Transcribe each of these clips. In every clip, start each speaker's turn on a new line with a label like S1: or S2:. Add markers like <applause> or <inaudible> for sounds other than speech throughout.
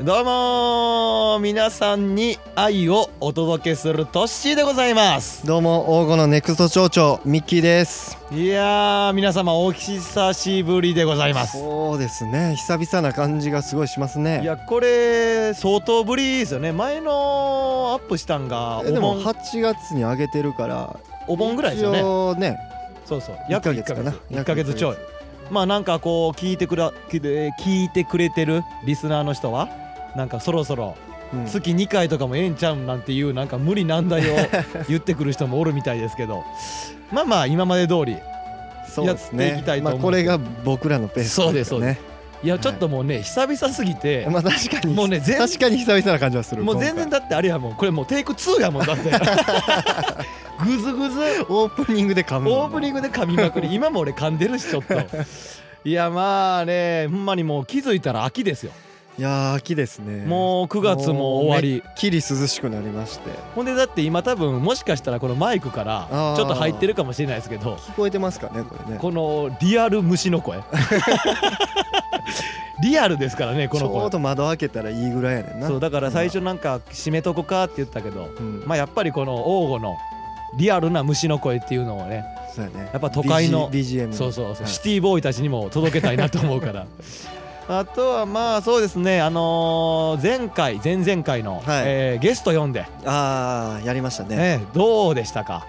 S1: どうもー皆さんに愛をお届けするトッシーでございます
S2: どうも王語のネクスト町長ミッキーです
S1: いやー皆様お久しぶりでございます
S2: そうですね久々な感じがすごいしますね
S1: いやこれ相当ぶりですよね前のアップしたんが
S2: え
S1: お
S2: でも
S1: 盆
S2: 8月に上げてるから
S1: お盆ぐらいですよ
S2: 一
S1: ね
S2: 応ね
S1: そうそう
S2: 1
S1: 約
S2: ヶ
S1: 1
S2: 月
S1: ヶ
S2: か
S1: 月
S2: な
S1: 1ヶ月ちょいまあなんかこう聞いてくら聞いて聞いてくれてるリスナーの人はなんかそろそろ
S2: うん
S1: 月2回とかもええんちゃうんなんていうなんか無理難
S2: <laughs>
S1: 題を言ってくる人もおるみたいですけどまあまあ今まで通り
S2: そうですね
S1: やっていきたいと思う
S2: まあ、これが僕らのペース
S1: そうです
S2: よね
S1: いやちょっともうね、久々すぎて、
S2: まあ確かに
S1: もうね全
S2: 確かに久々な感じはする
S1: もう全然
S2: 今
S1: だってあれやもんこれもうテイク2やもんだって
S2: <laughs>
S1: ぐずぐず
S2: 回オープニングで噛む
S1: オープニン
S2: グ
S1: グで噛みまく
S2: <laughs>
S1: り今も俺噛んでるしちょっといやまあねほんまにもう気づいたら秋ですよ、
S2: いやー秋ですね
S1: もう9月も終わ
S2: め
S1: り
S2: っきり涼しくなりまして
S1: ほんでだって今多分もしかしたらこのマイクから
S2: あー
S1: ちょっと入ってるかもしれないですけど
S2: 聞こえてますかねこれね
S1: このリアル虫
S2: <laughs>
S1: の声リアルですからねこの
S2: ちょう
S1: 声
S2: ど窓開けたらいいぐらいやねんな
S1: そうだから最初なんか締めとこかって言ったけど
S2: うん
S1: まあやっぱりこの王吾のリアルな虫の声っていうのをね
S2: そうやね
S1: やっぱ都会の
S2: BG BGM
S1: そうそうそう、
S2: はい
S1: シティボーイたちにも届けたいなと思うから
S2: <laughs>
S1: あとはまあそうですねあのー前回前々回の、
S2: はい
S1: えーゲスト読んで、
S2: ああやりましたね
S1: ねどうでしたか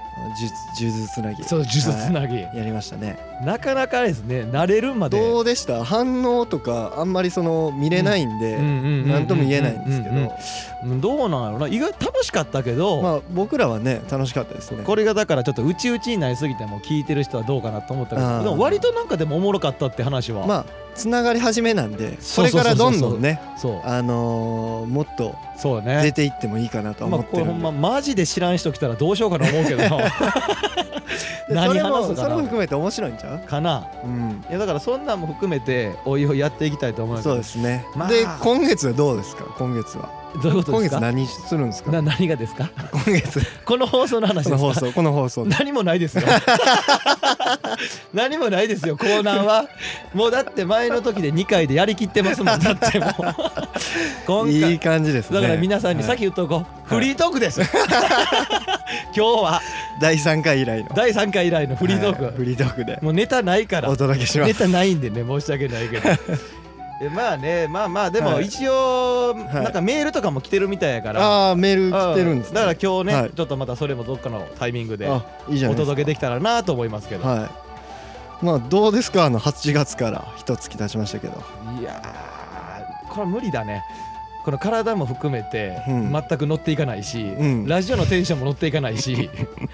S2: 呪呪術つなぎ
S1: そう呪術つなぎ、
S2: やりましたね
S1: なかなかですね慣れるまで
S2: どうでした反応とかあんまりその見れないんで
S1: 何
S2: 何とも言えないんですけど
S1: どうなんやろな意外と楽しかったけど、
S2: まあ僕らはね楽しかったですね
S1: これがだからちょっと内々になりすぎても聞いてる人はどうかなと思ったけ
S2: あ
S1: ど
S2: ー
S1: でも割となんかでもおもろかったって話は、
S2: まあつながり始めなんでこ
S1: そう
S2: れ
S1: そうそうそう
S2: からどんどんね
S1: そう
S2: あのーもっと
S1: そうね
S2: 出ていってもいいかなとは
S1: ま
S2: 思
S1: あ、
S2: って
S1: こ
S2: る
S1: れ
S2: ん
S1: ほ
S2: で
S1: んまマジで知らん人来たらどうしようかな思うけど
S2: <laughs> でそれ
S1: 何話す
S2: もそ
S1: か
S2: れも
S1: な
S2: 含めて面白いんちゃう
S1: かな
S2: うん
S1: いやだからそんなんも含めておいおいやっていきたいと思う
S2: そうですすね
S1: まあ
S2: で今月はどうですか今月は
S1: どういうこと
S2: 今
S1: です
S2: 月
S1: か
S2: 何するんですか
S1: な何がですか
S2: 今月
S1: この放送の話
S2: こ
S1: で
S2: の
S1: す
S2: 放
S1: か
S2: 送この放送
S1: 何もな
S2: <laughs>
S1: いですよ何もないですよコーナーはもうだって前の時で2回でやりきってますもんだっ
S2: <laughs>
S1: てもう今回
S2: いい感じですね
S1: だから皆さんに
S2: はい
S1: さっき言っとこう、フリートークです <laughs> 今日は
S2: 第3回以来の
S1: 第3回以来のフリートーク、
S2: はいフリートークで
S1: もうネタないから
S2: お届けしま
S1: ネ
S2: す
S1: タないんでね申し訳ないけどえまあねまあまあでも
S2: はい
S1: 一
S2: は
S1: 応、
S2: い
S1: なんかメールとかも来てるみたいやから、
S2: ああーメール来てるんです
S1: う
S2: ね
S1: だから今日ね、
S2: はい
S1: ちょっとまたそれもどっかのタイミングで
S2: あいいじゃな
S1: お
S2: いですか
S1: 届けできたらなと思いますけど、
S2: はいまあどうですかあの8月から一月経ちましたけど
S1: い、やーこれ無理だねこの体も含めて
S2: うん
S1: 全く乗っていかないし、
S2: うん
S1: ラジオのテンションも乗っていかない
S2: <laughs>
S1: し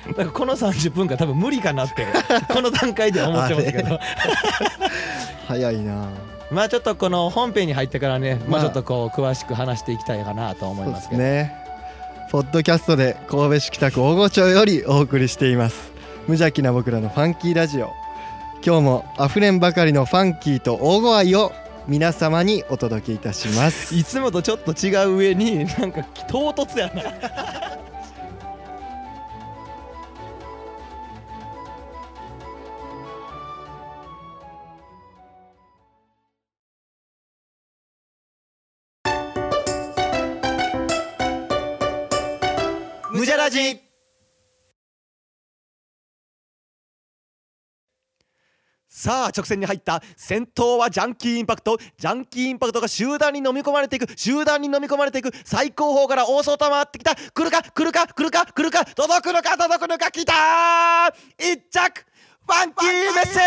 S1: だからこの30分間多分無理かなってこの段階では思ってますけど
S2: 早いな
S1: まあちょっとこの本編に入ってからね、
S2: ま
S1: まあ、
S2: あ
S1: ちょっとこう詳しく話していきたいかなと思い
S2: そう
S1: ま
S2: ですす
S1: けど
S2: ねポッドキャストで神戸市北区大御町よりお送りしています無邪気な僕らのファンキーラジオ今日もあふれんばかりのファンキーと大御愛を皆様にお届けいたし
S1: <laughs>
S2: ます
S1: いつもとちょっと違う上になんか唐突やな無邪ラジさあ直線に入った先頭はジャンキーインパクトジャンキーインパクトが集団に飲み込まれていく集団に飲み込まれていく最高峰から大外回ってきた来るか来るか来るか来るか届くのか届くのか来たー一着ファンキーメッセー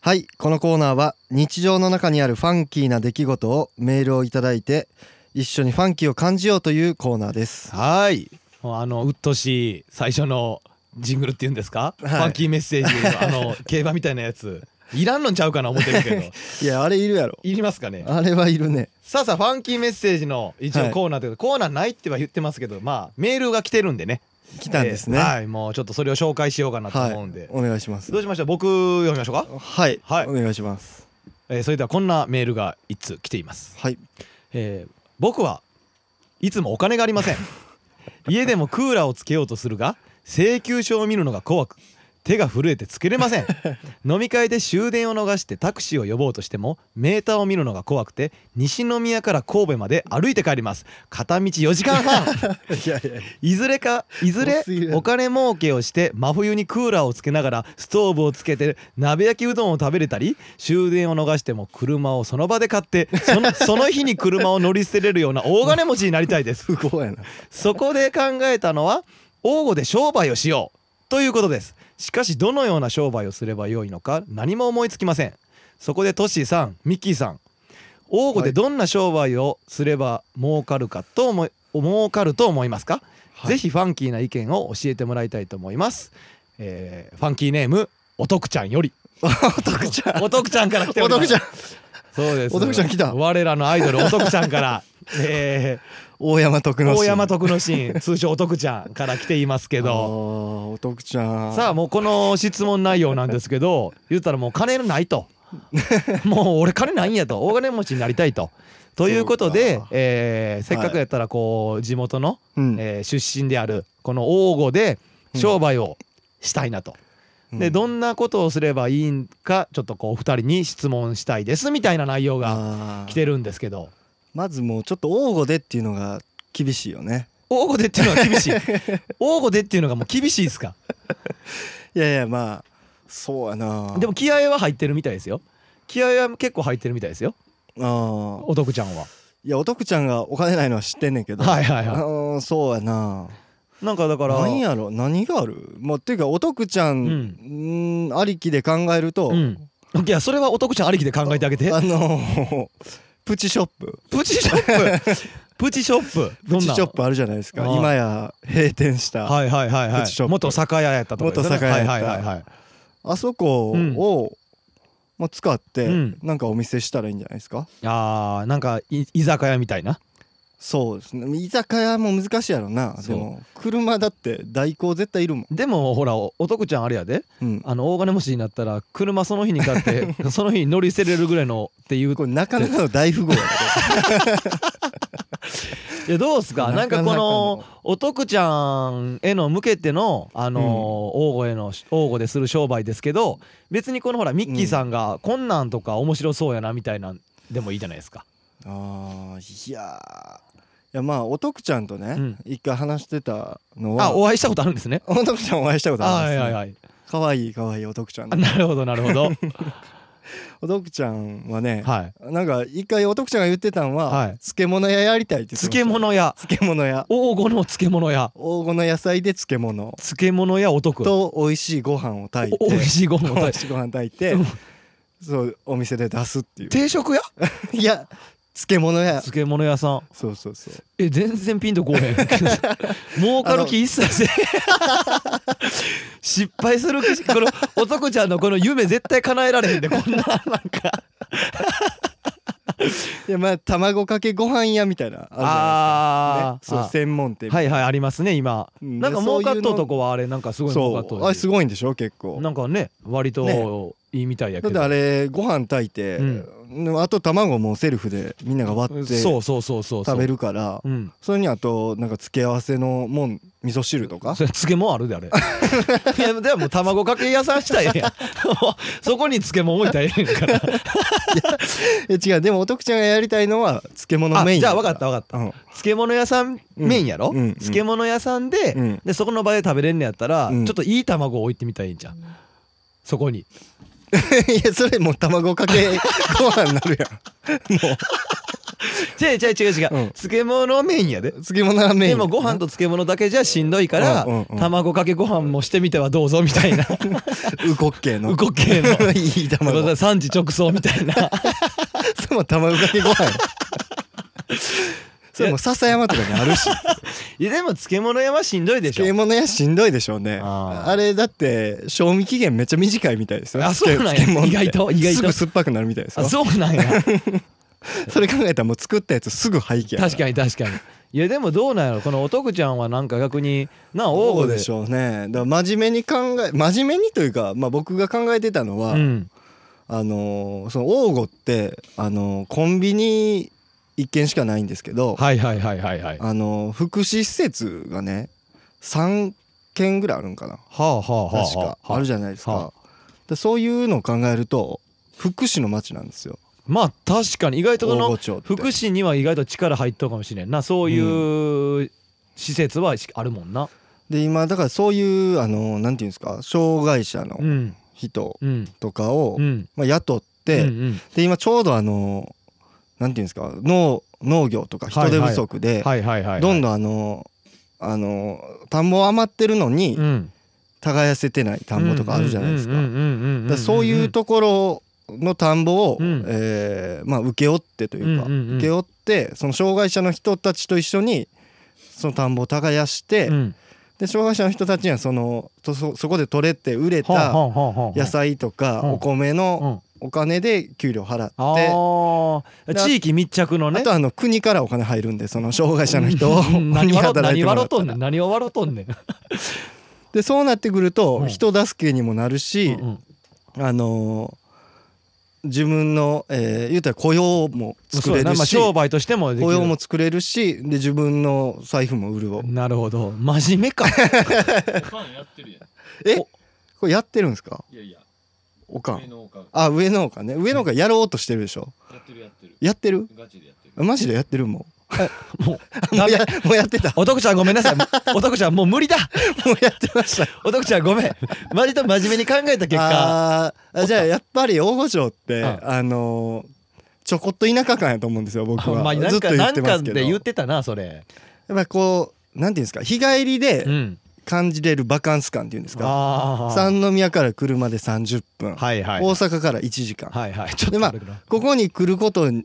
S2: はいこのコーナーは日常の中にあるファンキーな出来事をメールをいただいて一緒にファンキーを感じようというコーナーです
S1: ジはいあのうっとしい最初のジングルっていうんです
S2: は
S1: か、
S2: い
S1: ファンキーメッセージのあの競馬みたいなやついらんのんちゃうかな思って
S2: <laughs>
S1: るけど
S2: いやあれいるやろ
S1: いりますかね
S2: あれはいるね
S1: さあさあファンキーメッセージの一
S2: は
S1: 応
S2: い
S1: コーナーというか、コーナーないっては言ってますけどまあメールが来てるんでね
S2: 来たんですね、
S1: えーはいもうちょっとそれを紹介しようかなと
S2: はい
S1: 思うんで、
S2: お願いします
S1: どうしましょう僕読みましょうか、
S2: はい、
S1: はい
S2: お願いします
S1: えーそれではこんなメールが一通来ています
S2: はい
S1: えー僕はいつもお金がありません家でもクーラーをつけようとするが請求書を見るのが怖く手が震えてつけれません飲み会で終電を逃してタクシーを呼ぼうとしてもメーターを見るのが怖くて西宮から神戸まで歩いて帰ります片道4時間半
S2: いやいや
S1: いずれかいず
S2: 多すぎ
S1: れ
S2: る
S1: お金儲けをして真冬にクーラーをつけながらストーブをつけて鍋焼きうどんを食べれたり終電を逃しても車をその場で買ってそのその日に車を乗り捨てれるような大金持ちになりたい <laughs> です
S2: 不幸やな
S1: そこで考えたのは王語で商売をしようということですしかしどのような商売をすればよいのか何も思いつきませんそこでトッシーさんミッキーさん王語でどんな商売をすれば儲かるかと思い儲かると思いますか、
S2: はい
S1: ぜひファンキーな意見を教えてもらいたいと思います、えーファンキーネームおとくちゃんより
S2: お得ちゃん
S1: おとくちゃんから来てお
S2: お
S1: りま
S2: 得
S1: す
S2: ちゃん
S1: そうです
S2: おとくちゃん来た
S1: 我らのアイドルおとくちゃんから、えー
S2: 大山徳の
S1: 大山徳之進通称お徳ちゃんから来ていますけ
S2: け
S1: ど
S2: お得ちゃん
S1: さあもうこの質問内容なんですけど言ったらもう金な
S2: <laughs>
S1: いともう俺金ないんやと大金持ちになりたいと。ということで
S2: そうか、
S1: えーせっかくやったらこう地元の、
S2: うん
S1: えー出身であるこの王吾で商売をしたいなと。でど
S2: なん
S1: なことをすればいいんかちょっとこうお二人に質問したいですみたいな内容が
S2: が
S1: 来てるんですけど
S2: まずもうちょっと王語でっていうのが厳しいよね
S1: 王吾でっていうのが厳し
S2: <laughs>
S1: い王吾でっていうのがもう厳しいですか
S2: いやいやまあそうやな
S1: でも気合は入ってるみたいですよ。気合は結構入ってるみたいですよ。
S2: ああ
S1: お得ち
S2: <laughs>
S1: ゃんは。
S2: いやお得ちゃんがお金ないのは知ってんねんけど
S1: はいはい
S2: あ
S1: は。
S2: ーそうやない
S1: なんかだから。
S2: 何やろ何があるまあっていうかお得ちゃん
S1: うん
S2: うーんありきで考えると、
S1: うん。いやそれはお得ちゃんありきで考えてあげて。
S2: あのー <laughs> プチショップ
S1: プチショ
S2: <laughs>
S1: ップ。プチショップ。
S2: プ
S1: どん
S2: チ
S1: な。
S2: ショップあるじゃないですか
S1: あー
S2: 今や閉店した、
S1: はいはいはいは
S2: プチショッ
S1: い。
S2: プ
S1: 元酒屋やったとこですよね。
S2: 元酒屋やった
S1: はいはいはいはい。
S2: あそこを、
S1: うん
S2: まあ、使って、
S1: うん
S2: なんかお店したらいいんじゃないですか
S1: ああなんかい居酒屋みたいな。
S2: そうですね居酒屋も難しいやろな
S1: そ
S2: で
S1: う
S2: も車だって代行絶対いるもん、
S1: でもほらおお得ちゃんあれやで。
S2: うん、
S1: あの大金持ちになったら車その日に買って
S2: <laughs>
S1: その日に乗り捨てれるぐらいのっていう。
S2: これなかなかの大富豪やね
S1: いやどうすかなんかこのお徳ちゃんへの向けてのあのー
S2: うん
S1: 王吾への王吾でする商売ですけど別にこのほらミッキーさんがこんなんとか面白そうやなみたいなんでもいいじゃないですか。
S2: <laughs> あーいやーいやまあおとくちゃんとね、
S1: うん
S2: 一回話してたのは
S1: あお会いしたことあるんですね。
S2: おとくちゃんお会いしたこと
S1: あ
S2: あ
S1: は
S2: る
S1: いはい
S2: んです
S1: はい。
S2: かわいいかわいいおとくちゃん
S1: あ
S2: で
S1: なるほどなる
S2: <laughs>
S1: ほど。
S2: おとくちゃんはね、
S1: はい。
S2: なんか一回おとくちゃんが言ってたんは、
S1: はい
S2: 漬物屋やりたいって言ってました
S1: 漬物屋
S2: 漬物屋
S1: 王吾の漬物屋
S2: 黄金の野菜で漬物
S1: 漬物屋お徳。
S2: と美味しいご飯を炊いて
S1: お美味しいご飯
S2: 美 <laughs>
S1: を食べ
S2: 味しいご飯炊いて
S1: うん
S2: そうお店で出すっていう
S1: 定食屋
S2: いや漬物や
S1: 漬物屋さん。
S2: そうそうそう
S1: え全然ピンとこ
S2: <laughs>
S1: うへん儲かる気一切せえ失敗する気この男ちゃんのこの夢絶対叶え
S2: <laughs>
S1: られへんでこんななんか
S2: いやまあ卵かけご飯屋みたいなあるじゃないですかねそう
S1: あー
S2: 専門店
S1: はいはいありますね今
S2: うん
S1: なんか
S2: で
S1: 儲かっ
S2: そういう
S1: と
S2: うの
S1: とこはあれなんかすごい儲かっと
S2: そううあれす
S1: ご
S2: ごいんでしょ結構
S1: なんかね割といいみたいや
S2: だ
S1: け
S2: って
S1: ど、
S2: あれご飯炊いてあと卵もセルフでみんなが割って食
S1: そうそうそうそうそう
S2: べるから
S1: うん
S2: それにあとなんか付け合わせのもん味噌汁とか
S1: それ漬物あるで
S2: <laughs>
S1: あれいやでも卵かけ屋さんしたいやんそこに漬物置いたらええんから
S2: え違うでもお徳ちゃんがやりたいのは漬物
S1: あ
S2: メイン
S1: じゃあ分
S2: だ
S1: かった分かった
S2: うん
S1: 漬物屋さんメインやろ、
S2: うんうん
S1: 漬物屋さんで,、
S2: うん <laughs>
S1: でそこの場で食べれんのやったら、
S2: うん
S1: ちょっといい卵を置いてみたらいいんじゃんそこに
S2: いやそれもう卵かけご飯になるやん
S1: <laughs> 違う違う違う違う、
S2: うん
S1: 漬物メインやで
S2: 漬物ラーメン
S1: でもご飯と漬物だけじゃしんどいから、
S2: うんうんうん
S1: 卵かけご飯もしてみてはどうぞみたいな
S2: <laughs> うこっけの
S1: うこっけ
S2: <laughs>
S1: の
S2: いい卵
S1: 産地直送みたいな
S2: <laughs> それも卵かけご飯やそれも笹山とかにあるし
S1: いやでも漬物屋はしんどいでしょ
S2: 漬物屋しんどいでしょうね
S1: あ
S2: あ
S1: ー
S2: れだって賞味期限めっちゃ短いみたいですよ
S1: あそうなんや
S2: 漬物って
S1: 意外と意外と
S2: すぐ酸っぱくなる <laughs> みたいです
S1: あ
S2: よそ
S1: そうなんや
S2: れ考えたらもう作ったやつすぐ廃棄や
S1: 確
S2: に
S1: かに確かにいやでもどうなんやろこのおとくちゃんはなんか逆にな
S2: そ
S1: 王
S2: う
S1: 吾
S2: で
S1: で
S2: しょうねだから真面目に考え真面目にというか、まあ、僕が考えてたのは、
S1: うん
S2: あのーその王吾って、あのーコンビニ一軒しかないんですけど、
S1: はいはいはいはいはいは
S2: あのー福祉施設がね3軒ぐらいあるんかな
S1: あはあはあ
S2: 確かあるじゃないですか,、
S1: は
S2: でそういうのを考えると福祉の町なんですよ
S1: まあ確かに意外とこ
S2: 大
S1: の
S2: 御町って
S1: 福祉には意外と力入っとるかもしれんなそういうう施設はしあるもんな
S2: で今だからそういうあのーなんていうんですか障害者の
S1: うん
S2: 人
S1: うん
S2: とかを、
S1: うん
S2: まあ、雇って、
S1: うんうん
S2: で今ちょうどあのーなんていうんですか農農業とか人手不足で、
S1: はいはいはいはい
S2: どんどんあのあの田んぼ余ってるのに
S1: うん
S2: 耕せてない田んぼとかあるじゃないですか。
S1: う
S2: だ
S1: んうんうんんんんん
S2: からそういうところの田んぼを、
S1: うん
S2: えーまあ、請け負ってというか、
S1: うんうんうん
S2: 請け負ってその障害者の人たちと一緒にその田んぼを耕して、
S1: うん
S2: で障害者の人たちにはそのとそそこで取れて売れ
S1: はあは
S2: た
S1: あはあはあ
S2: 野菜とか
S1: うん
S2: お米
S1: う
S2: の
S1: ん
S2: お金で給料払って、
S1: ああ地域密着の
S2: あ
S1: ね
S2: とあの国からお金入るんでその障害者の人を <laughs>
S1: うん何
S2: に
S1: 笑
S2: 働い
S1: 何
S2: てもら
S1: 笑
S2: っ
S1: うと
S2: た
S1: ん
S2: ら
S1: ねん何を笑うとんねん
S2: でそうなってくる
S1: う
S2: と
S1: ん
S2: 人助けにもなるし、
S1: うんうん
S2: あのー自分の、えー言うたら雇用も作
S1: そう
S2: れ
S1: やな
S2: る
S1: まあ
S2: し、
S1: 商売としてもでき
S2: 雇
S1: る
S2: 用も作れるしで自分の財布も潤う
S1: なるほど真面目か
S3: ファンやってるやん。
S2: これやってるんですか
S3: いやいや、
S2: おか
S3: 芸
S2: ん
S3: 能か
S2: あ上のおかんね上のおかんやろうとしてるでしょ
S3: やってるやってる。
S2: やってる
S3: ガチでやってる。
S2: マジでやってるも
S1: もう
S2: う <laughs> も
S1: ダ
S2: う
S1: メ
S2: やもうやってた
S1: おとくちゃんごめんなさいおとくちゃんもう無理だ
S2: もうやってました
S1: おとくちゃんごめん割と真面目に考え <laughs> た結果
S2: あーあじゃあやっぱり大御所って、
S1: うん
S2: あのーちょこっと田舎感やと思うんですよ僕は、
S1: まあな
S2: ずっ
S1: ん
S2: と
S1: か
S2: 言
S1: な
S2: って
S1: ん
S2: ま
S1: か
S2: すけど
S1: で言ってたなそれ
S2: やっぱこうなんていうんですか日帰りで
S1: うん
S2: 感じれるバカンス感っていうんですか、
S1: ああ
S2: 三宮から車で30分、
S1: はいはい
S2: 大阪から1時間、
S1: はいはいちょっ
S2: で
S1: と
S2: まあ
S1: 悪くな
S2: ここに来ることん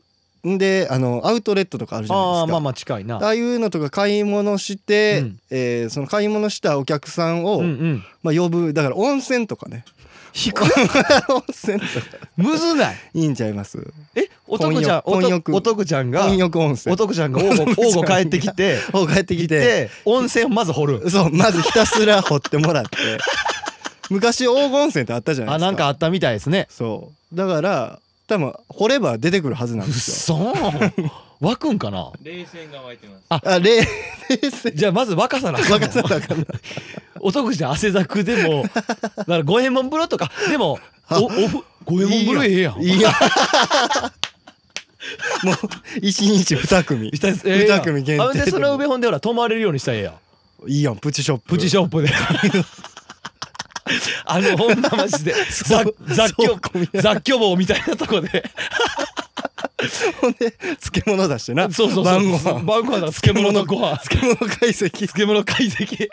S2: であのアウトレットとかあるじゃない
S1: あ
S2: で
S1: あ
S2: す
S1: ま
S2: か
S1: あまあ近いな
S2: ああいうのとか買い物して、
S1: うん
S2: えーその買い物したお客さんを、
S1: うんうん
S2: まあ、呼ぶだから温泉と
S1: <laughs>
S2: かね
S1: 低い
S2: 温泉とか
S1: むずない
S2: いいんちゃいます
S1: えおとくちゃんお
S2: 混浴
S1: とおとくちゃんが
S2: 温浴温泉
S1: おとくちゃんが王吾王吾帰ってきて
S2: を帰ってきて
S1: で温泉をまず掘る
S2: そうまずひたすら掘っても
S1: <laughs>
S2: らって昔黄金温泉ってあったじゃない
S1: あ
S2: ですか
S1: なんかあったみたいですね
S2: そうだから多分掘れば出てくるはずなん
S1: うっ
S2: ですよ
S1: そー湧くんかな
S3: 冷戦が湧いてます。
S2: あれ冷静
S1: <laughs> じゃあまず若さな
S2: 若さだから
S1: お得じゃ汗だく
S2: <laughs>
S1: でもだから五右衛門風呂とかでもおおふ五右衛門風呂ええやん
S2: い
S1: <laughs>
S2: やもう一日二組
S1: したいですええやん
S2: 二組限定
S1: あでその上ほんでほら泊まれるようにしたらええやん
S2: いいやんプチショップ
S1: プチショッ
S2: <laughs>
S1: プであのほんまマジで雑雑
S2: そう混み合
S1: 居雑居房みたいなとこで
S2: ほんで漬物出してな
S1: そうそうそう
S2: 晩ご飯
S1: 晩ご飯だ漬物のご飯
S2: <laughs> 漬物解析
S1: <laughs> 漬物
S2: <laughs>
S1: 解析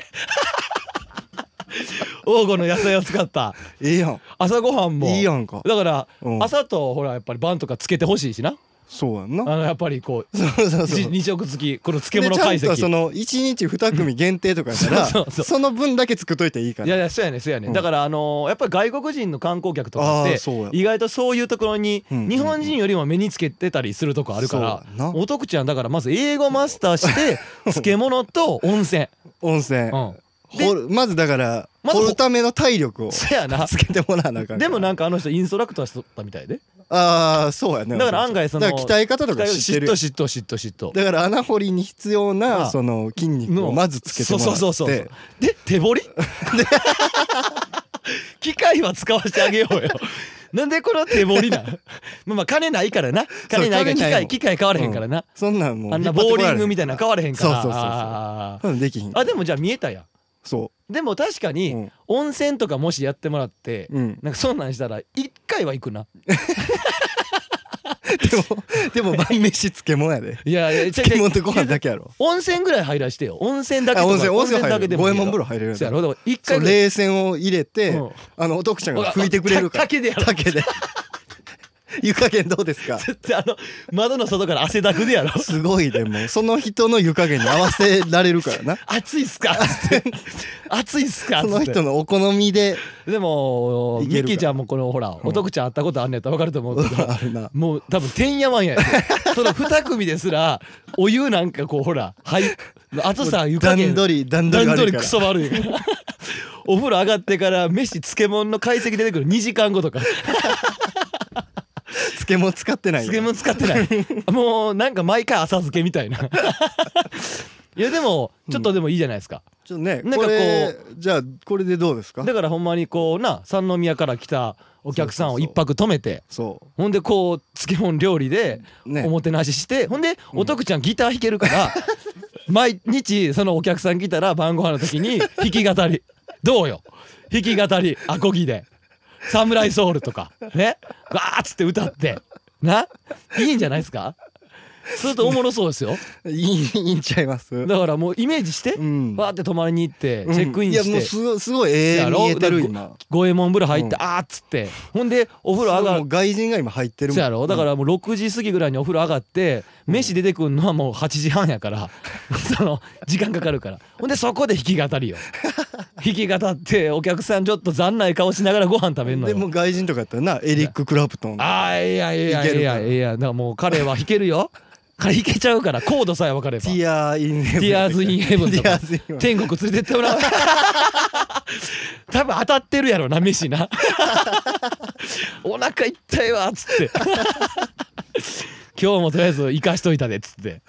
S1: 王吾の野菜を使った
S2: ええやん
S1: 朝ごはんも
S2: いいやんか
S1: だから、
S2: うん
S1: 朝とほらやっぱり晩とかつけてほしいしな
S2: そうやんな
S1: あのやっぱりこう
S2: そうそうそう
S1: じ二食付きこの
S2: で
S1: 漬物
S2: ちゃ
S1: 解
S2: んとそ
S1: 析
S2: の一日二組限定とかやったら
S1: そうそうそう
S2: その分だけ作っといていいか
S1: いや
S2: ら
S1: いやそうやねそうやね、
S2: うん
S1: だからあのーやっぱり外国人の観光客とかっ
S2: あ
S1: て
S2: ーそうや
S1: 意外とそういうところに
S2: うん
S1: 日本人よりも目につけてたりするとこあるから
S2: そう、やな
S1: お得ちゃんだからまず英語マスターして
S2: <laughs>
S1: 漬物と温泉、
S2: 温泉
S1: うん、
S2: 掘るまずだから
S1: まず
S2: 掘るための体力を
S1: そやな
S2: つけてもらわなあかんから
S1: でもなんかあの人インストラクターしとったみたいで
S2: ああそうやね
S1: だから案外その
S2: だから鍛え方とか知ってる
S1: 嫉妬嫉妬嫉妬嫉妬
S2: だから穴掘りに必要
S1: ま
S2: な
S1: あ
S2: その筋肉をまずつけてもらって
S1: そうそうそうそうで <laughs> 手彫り機械は使わせてあげようよなんでこの手彫
S2: <laughs>
S1: りなんまあまあ金ないからな金ないから
S2: 金
S1: 機
S2: ないも
S1: 械
S2: ん
S1: 機械買われへんからな、
S2: そんなんもう
S1: あんなボーリングみたいなの
S2: 顔
S1: 買われへんから
S2: そうそうそうそう
S1: あ
S2: できひん
S1: ーあでもじゃあ見えたや
S2: そ
S1: んでも確か
S2: う
S1: に、
S2: うん
S1: 温泉とかもしやってもらって、 <laughs>
S2: うん
S1: なんかそんなんしたら一回は行くな
S2: でもで
S1: <laughs>
S2: も晩飯漬物やで
S1: いやいやちゃ
S2: 漬物とご飯だけやろ
S1: 温泉ぐらい入らしてよ温泉だけ
S2: あ
S1: とか
S2: 温泉温泉
S1: だ
S2: 入
S1: け
S2: れ
S1: で
S2: る
S1: も
S2: 五
S1: い
S2: 右
S1: い
S2: 衛門風
S1: 呂
S2: 呂入れる
S1: そ
S2: や
S1: や
S2: ろ
S1: ろだから一
S2: そ
S1: 回
S2: う
S1: ぐらい
S2: 冷泉を入れて
S1: うん
S2: あのお徳ちゃんが拭いてくれるから
S1: 竹でやろ
S2: 竹で <laughs> 湯加減どうですか
S1: 絶対あの窓の外から汗だくでやろ
S2: すごいでもその人の湯加減に合わせられるから
S1: <laughs>
S2: な
S1: 暑いっ
S2: <laughs>
S1: すかつって暑いっすか
S2: そ
S1: つ
S2: の
S1: って
S2: 人のお好みで <laughs>
S1: でも
S2: いける
S1: ミ
S2: か
S1: キちゃんもこのほらお得ちゃん会ったことあんねやったら分かると思うけど
S2: あるな
S1: もう多分てんやわんや
S2: <laughs>
S1: その二組ですらお湯なんかこうほらはいあとさ湯加
S2: 段
S1: 減
S2: 取り段取りが悪
S1: 段取
S2: い
S1: り
S2: か
S1: ク
S2: ら
S1: ソ悪いからお風呂上がってから飯漬物の解析出てくる2時間後とか
S2: 漬物使ってないよ
S1: 漬物使ってないもうなんか毎回浅漬けみた
S2: <laughs>
S1: いないやでもちょっとでもいいじゃないですか、
S2: ちょっとね
S1: なんかこ
S2: こ
S1: う
S2: れじゃあこれでどうですか
S1: だからほんまにこうな三宮から来たお客さんを一泊止めて
S2: そ
S1: ほんでこう漬物料理で
S2: うね
S1: おもてなしして、ほんでおとくちゃんギター弾け
S2: <laughs>
S1: るから、毎日そのお客さん来たら晩ご飯の時に弾き語りどうよ弾き語りアコギで「サムライソウル」とかねガーッつって歌ってないいんじゃないですかそれとおもろそうですよ
S2: いいいいんちゃいます
S1: だからもうイメージして、
S2: ん
S1: わーって泊まりに行ってチ
S2: う
S1: ェ
S2: ん
S1: ックインして、
S2: いやもうすごいすごいええ
S1: やろ
S2: 見えてる
S1: だ
S2: 今
S1: 五右衛門風呂入って、
S2: うん
S1: あーっつってほんでお風呂上が
S2: もう外人が今入ってるもん
S1: そうやろだからもう6時過ぎぐらいにお風呂上がって飯出てくんのはもう8時半やから <laughs> その時間かかるからほんでそこで弾き語
S2: <laughs>
S1: りよ弾き語ってお客さんちょっと残ない顔しながらご飯食べんの
S2: でも
S1: よ
S2: 外人とかやったらなエリック・クラプトン
S1: ああいやいやい
S2: い
S1: や
S2: け
S1: い
S2: るか
S1: や
S2: ら
S1: いやだからもう彼は弾けるよ彼弾けちゃうからコードさえ分かれば
S2: ティアー・イン・ヘブン
S1: ティアーズ・イン・ヘブン
S2: テ
S1: と
S2: ィア
S1: か
S2: ーズ・イン・ヘブン
S1: 天国連れてってもらう多分当たってるやろな飯なお腹痛いわっつって今日もとりあえず生かしといたでっつって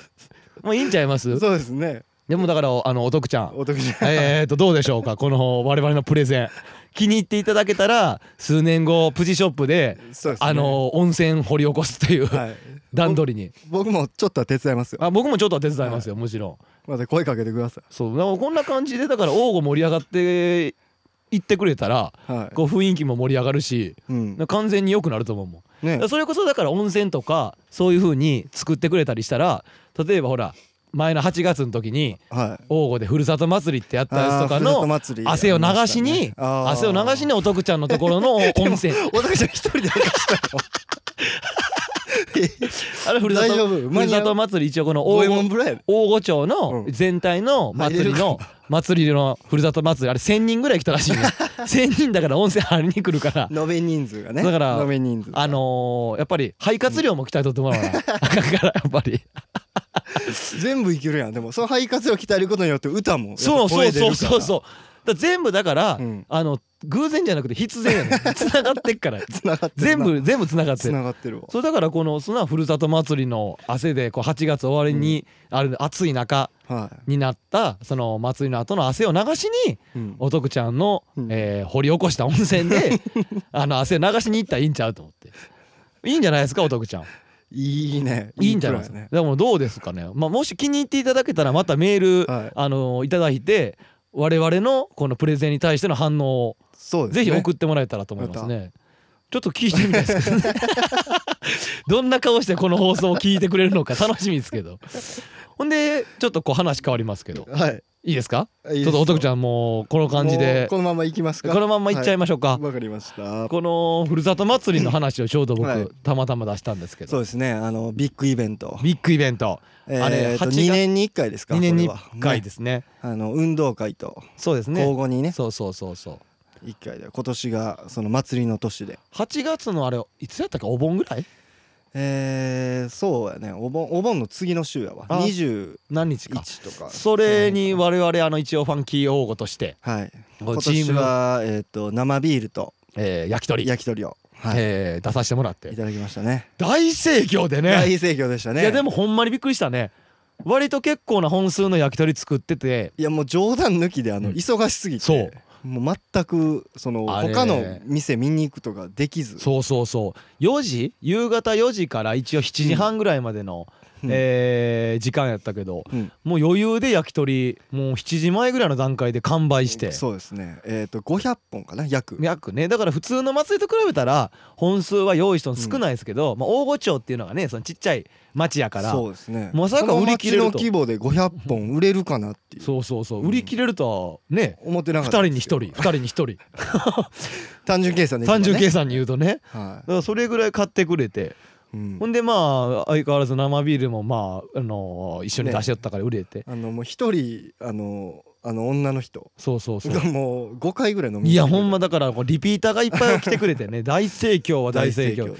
S1: もういいんちゃいます
S2: そうですね
S1: でもだからあのお得ちゃん
S2: お得じゃん
S1: えーとどうでしょうかこの我々のプレゼン気に入っていただけたら数年後プジショップで
S2: そうですね
S1: あの温泉掘り起こすという
S2: はい
S1: 段取りに
S2: 僕もちょっとは手伝いますよ
S1: あ僕もちょっとは手伝いますよもちろん
S2: また声かけてくださ
S1: そうだからこんな感じでだから王吾盛り上がっていってくれたら
S2: いはい
S1: こう雰囲気も盛り上がるし
S2: うん
S1: 完全に良くなると思うもんだ
S2: ね
S1: からそれこそだから温泉とかそういう風に作ってくれたりしたら例えばほら前の8月の時に
S2: は <laughs>
S1: 王吾でふるさと祭りってやっ
S2: い
S1: たやつとかの汗を流しに汗を流し
S2: に
S1: にお徳ちゃんのところの温泉
S2: おたけちゃん一 <laughs> 人で流したの
S1: あれふるさ
S2: 大丈
S1: と
S2: 夫間に合う
S1: ふるさと祭り一応この
S2: 五
S1: 王
S2: 右衛
S1: 吾
S2: 門ブラやで
S1: 大御町
S2: う
S1: の
S2: ん
S1: 全体の祭りの祭りのふるさと祭りあれ1,000人ぐらい来たら <laughs> しいね1,000人だから温泉張りに来るから
S2: 延べ人数がね
S1: だから
S2: 延べ人数
S1: あのーやっぱり肺活量も鍛えとってもらわなあかんからやっぱり
S2: 全部いけるやんでもその肺活量鍛えることによって歌も
S1: そうそうそうそう
S2: う
S1: そうだから全部だから、
S2: うん
S1: あの偶然じゃなくて必然やね <laughs> つながってっから
S2: 繋がってる
S1: 全
S2: な
S1: 部全部つながって
S2: つ
S1: る
S2: ながってるわ
S1: そうだからこのそんなふるさと祭りの汗でこう8月終わりに、あれ暑い中
S2: は
S1: になったその祭りの後の汗を流しに
S2: い、うん
S1: お徳ちゃんの、
S2: うん
S1: えー掘り起こした温
S2: <laughs>
S1: 泉であの汗を流しに行ったらいいんちゃうと思っていいんじゃないですかお徳ちゃん
S2: いいね
S1: いいんじゃない
S2: プ
S1: で
S2: ラ
S1: す
S2: ン
S1: か
S2: や
S1: でもどうですかね、まあ、もし気に入っていただけたらまたメール、
S2: はい
S1: あのいただいて我々のこのプレゼンに対しての反応を
S2: そうです
S1: ぜ
S2: ね
S1: ひ送ってもらえたらと思いますねちょっと聞いてみたいですけど
S2: <laughs>
S1: ねどんな顔してこの放送を聞いてくれるのか楽しみですけどほんでちょっとこう話変わりますけど
S2: はい
S1: いいですか
S2: いい
S1: ちょっとおとくち
S2: ん
S1: ゃんもうこの感じで
S2: このまま行きますか
S1: このまんま行っちゃいましょうか、
S2: わかりました
S1: このふるさと祭りの話をちょうど僕、
S2: はい
S1: たまたま出したんですけ
S2: そ
S1: ど
S2: うですねあのビッグイベント
S1: ビッグイベントあれ
S2: えーと
S1: 8月
S2: 2年に1回ですか
S1: 2年に
S2: これは
S1: 1回ですね
S2: ねあの運動会と
S1: そうですね
S2: 交互にね
S1: そうそうそうそう
S2: 1回で今年がその祭りの年で
S1: 8月のあれいつやったかお盆ぐらい
S2: えー、そうやねお盆お盆の次の週やわ
S1: あ
S2: 21
S1: 何日か
S2: とか
S1: それに我々あの一応ファンキー王吾として、
S2: はい
S1: こう
S2: 今
S1: チーム
S2: 年は、えー、と生ビールと
S1: えー、焼き鳥
S2: 焼き鳥を、はい
S1: えー出させてもらって
S2: いただきましたね
S1: 大盛況でね
S2: 大盛況でしたね
S1: いやでもほんまにびっくりしたね割と結構な本数の焼き鳥作ってて
S2: いやもう冗談抜きであの
S1: うん
S2: 忙しすぎて、
S1: そう
S2: もう全くその
S1: あれ
S2: 他の店見に行くとかできず
S1: そうそうそう4時夕方4時から一応7時半ぐらいまでの
S2: うん
S1: えー時間やったけど、
S2: うん
S1: もう余裕で焼き鳥もう7時前ぐらいの段階で完売して
S2: そうですねえっ、と500本かな約
S1: 約ねだから普通の祭りと比べたら本数は用意したの少ないですけど、まあ、大御町っていうのがねそのちっちゃい町やから
S2: そうですね
S1: まさか売り切れる
S2: この
S1: と
S2: 町の規模で500本売れるかなっていう
S1: そうそうそう
S2: うん
S1: 売り切れるとはね
S2: 思ってな
S1: 2
S2: かっ
S1: 人
S2: た
S1: に1人2人に1人
S2: <laughs> 人単純計算で
S1: 単純計
S2: 算
S1: 算に言うとね
S2: は
S1: だからそれぐらい買ってくれて、
S2: い、うん
S1: ほんでまあ相変わらず生ビールもまあ、あのー一緒に出し合ったから売れて、
S2: あのもう一人あのあの女の人
S1: そうそうそ
S2: <laughs>
S1: う
S2: がもう5回ぐらい飲みに
S1: いや
S2: 来てくれ
S1: ほん
S2: た
S1: まだからこうリピーターがいっぱい来てくれてね <laughs> 大盛況は大盛況
S2: でね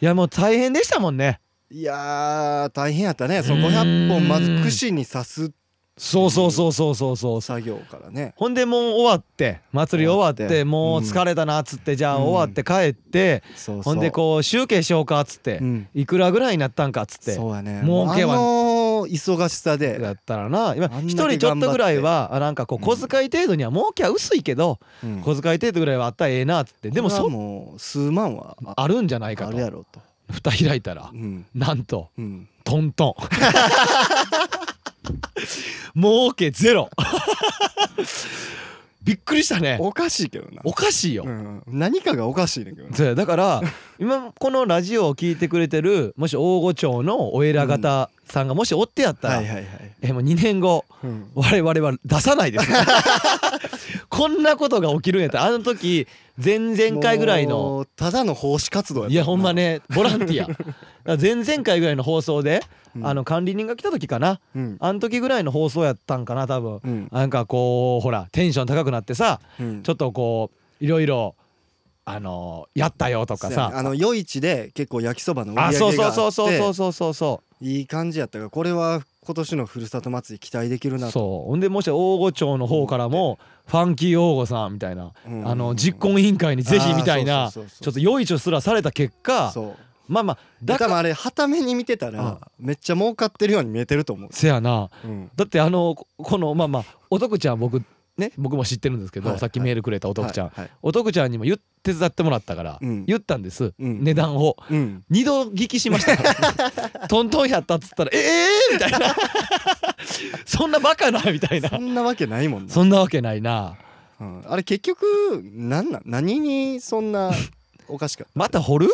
S1: いやもう大変でしたもんね
S2: いやー大変やったねその
S1: うーん
S2: 500本まず串に刺す
S1: そうそうそうそうそうそう
S2: 作業からね
S1: ほんでもう終わって祭り終わって
S2: 終わって
S1: もう疲れたなっつって、じゃあ
S2: うん
S1: 終わって帰って、
S2: そうそう
S1: ほんでこう集計しようかっつって、
S2: うん
S1: いくらぐらいになったんかっつって
S2: そうやね
S1: 儲けは
S2: あの忙しさ
S1: だ
S2: で、
S1: ったらな今
S2: あんだけ
S1: 一人ちょっとぐらいはあなんかこう
S2: うん
S1: 小遣い程度には儲けは薄いけど、
S2: うん
S1: 小遣い程度ぐらいはあったらええなっつってでも
S2: これは
S1: そ
S2: もう数万はあ
S1: あるんじゃないか
S2: あ
S1: と
S2: るやろと
S1: 蓋開いたら
S2: うん
S1: なんと
S2: うん
S1: トントン儲けゼロびっくりしたね
S2: おかしいけどな
S1: おかしいよ、
S2: うん何かがおかしいねんけどな
S1: そうやだから今このラジオを聞いてくれてるもし大御町のお偉方さんがもしおってやったら、
S2: はいはいはい
S1: えもう2年後
S2: うん
S1: 我々は出さないですよ <laughs> こんなことが起きるんやったらあの時前々回ぐらいの
S2: もうただの奉仕活動やった
S1: いやほんま
S2: ね
S1: ねボランティアだから前々回ぐらいの放送で、あの管理人が来た時かな
S2: うん
S1: あの時ぐらいの放送やったんかな多分、
S2: うん
S1: なんかこうほらテンション高くなってさ
S2: うん
S1: ちょっとこういろいろあのやったよとか
S2: そうや
S1: さ
S2: ねあの夜市で結構焼きそばの売り
S1: あ
S2: 上
S1: そう
S2: げが
S1: そ
S2: あ
S1: うそうそうそう
S2: って
S1: そうそうそ
S2: いい感じやったからこれは今年のふるさと祭り期待できる
S1: う
S2: なと
S1: そうほんでもし大御町の方からも「ファンキー大御さん」みたいな、
S2: うん
S1: あの実行委員会にぜひみたい
S2: あー
S1: なち
S2: そ
S1: ょ
S2: うそうそうそう
S1: っと良いをすらされた結果
S2: そう
S1: まあまあだ
S2: だか
S1: か
S2: ららあれ傍目に見てたらめっちゃ儲かってるように見えてると思う
S1: せやな
S2: うん
S1: だってあのここのまあまあおとくちゃん僕ね僕も知ってるんですけど、
S2: はい
S1: さっきメールくれたおとくちゃん、
S2: はいはい
S1: おとくちゃんにも言っ手伝ってもらったから、
S2: うん
S1: 言ったんです、
S2: うん
S1: 値段を <laughs>
S2: うん
S1: 二度聞きしまし
S2: <laughs>
S1: たトントンやったっつったら「ええー!」みたいな <laughs> そんなバカなみたいな
S2: そんなわけないもんな
S1: そんなわけないな
S2: うんあれ結局なんなん何にそん
S1: <laughs>
S2: なおかしかった
S1: また掘る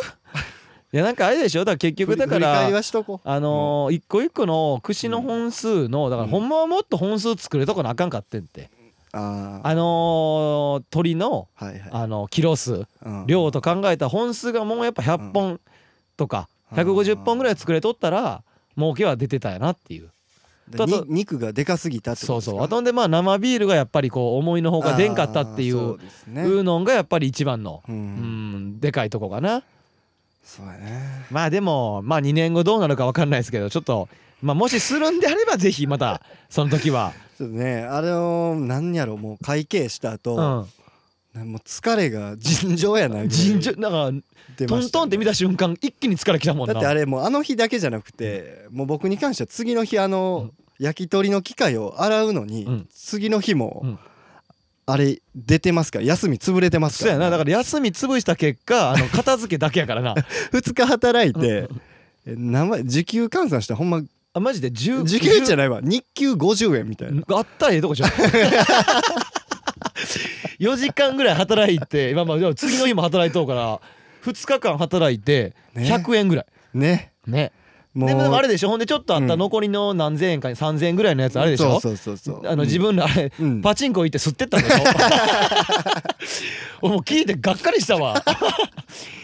S1: いやなんかあれでしょだから結局だか
S2: 振り返り
S1: ら
S2: はしとこう
S1: あのー一個一個の串の本数のだから
S2: うん
S1: ほんまはもっと本数作れとこなあかんかってんって
S2: あー
S1: あのー鳥の
S2: はいはい
S1: あのキロ数
S2: うん
S1: 量と考えた本数がもうやっぱ100本とか150本ぐらい作れとったら儲けは出てたやなっていう
S2: で
S1: とあ
S2: に
S1: と
S2: 肉がでかすぎたってこ
S1: そ
S2: と
S1: う
S2: ですか
S1: そうあとんでまあ生ビールがやっぱりこう思いのほか出んかったってい
S2: あーそううです
S1: う
S2: ね
S1: ーのんがやっぱり一番の
S2: う
S1: うんんでかいとこかな
S2: そうやね
S1: まあでもまあ2年後どうなるか分かんないですけどちょっとまあもしするんであればぜひま <laughs> たその時は
S2: ちょっとねあれを何やろもう会計した後、
S1: うん
S2: なもう疲れが尋常やなぐらい
S1: 尋常なんか
S2: 出
S1: ト
S2: ま
S1: ン
S2: し
S1: ト
S2: た
S1: ンって見た瞬間一気に疲れきたもん
S2: だってあ
S1: な
S2: れもうあの日だけじゃなくてもう僕に関しては次の日あの焼き鳥の機械を洗うのに、
S1: うん
S2: 次の日も、
S1: うん
S2: あれ出てますから休み潰れてます
S1: そ
S2: か
S1: う
S2: ら
S1: やなだから休み潰した結果あの片付けだけやから <laughs> な
S2: 2日働いて、え名前時給換算したらほんま
S1: あマジで10
S2: 時給じゃ
S1: な
S2: ないわ日給50円みたいな
S1: あったらええと <laughs> こじゃん4時間ぐらい働いて今まあでも次の日も働いとうから2日間働いて
S2: ね
S1: 100円ぐらい
S2: ね
S1: ね
S2: もう
S1: でもでもあれでしょほんでちょっとあった
S2: うん
S1: 残りの何千円かに3000円ぐらいのやつあれでしょ
S2: そうそうそうそう
S1: あの自分らあれ
S2: うん
S1: パチンコ行って吸ってったんでしょ <laughs> 俺もう聞いてがっかりしたわ
S2: <laughs>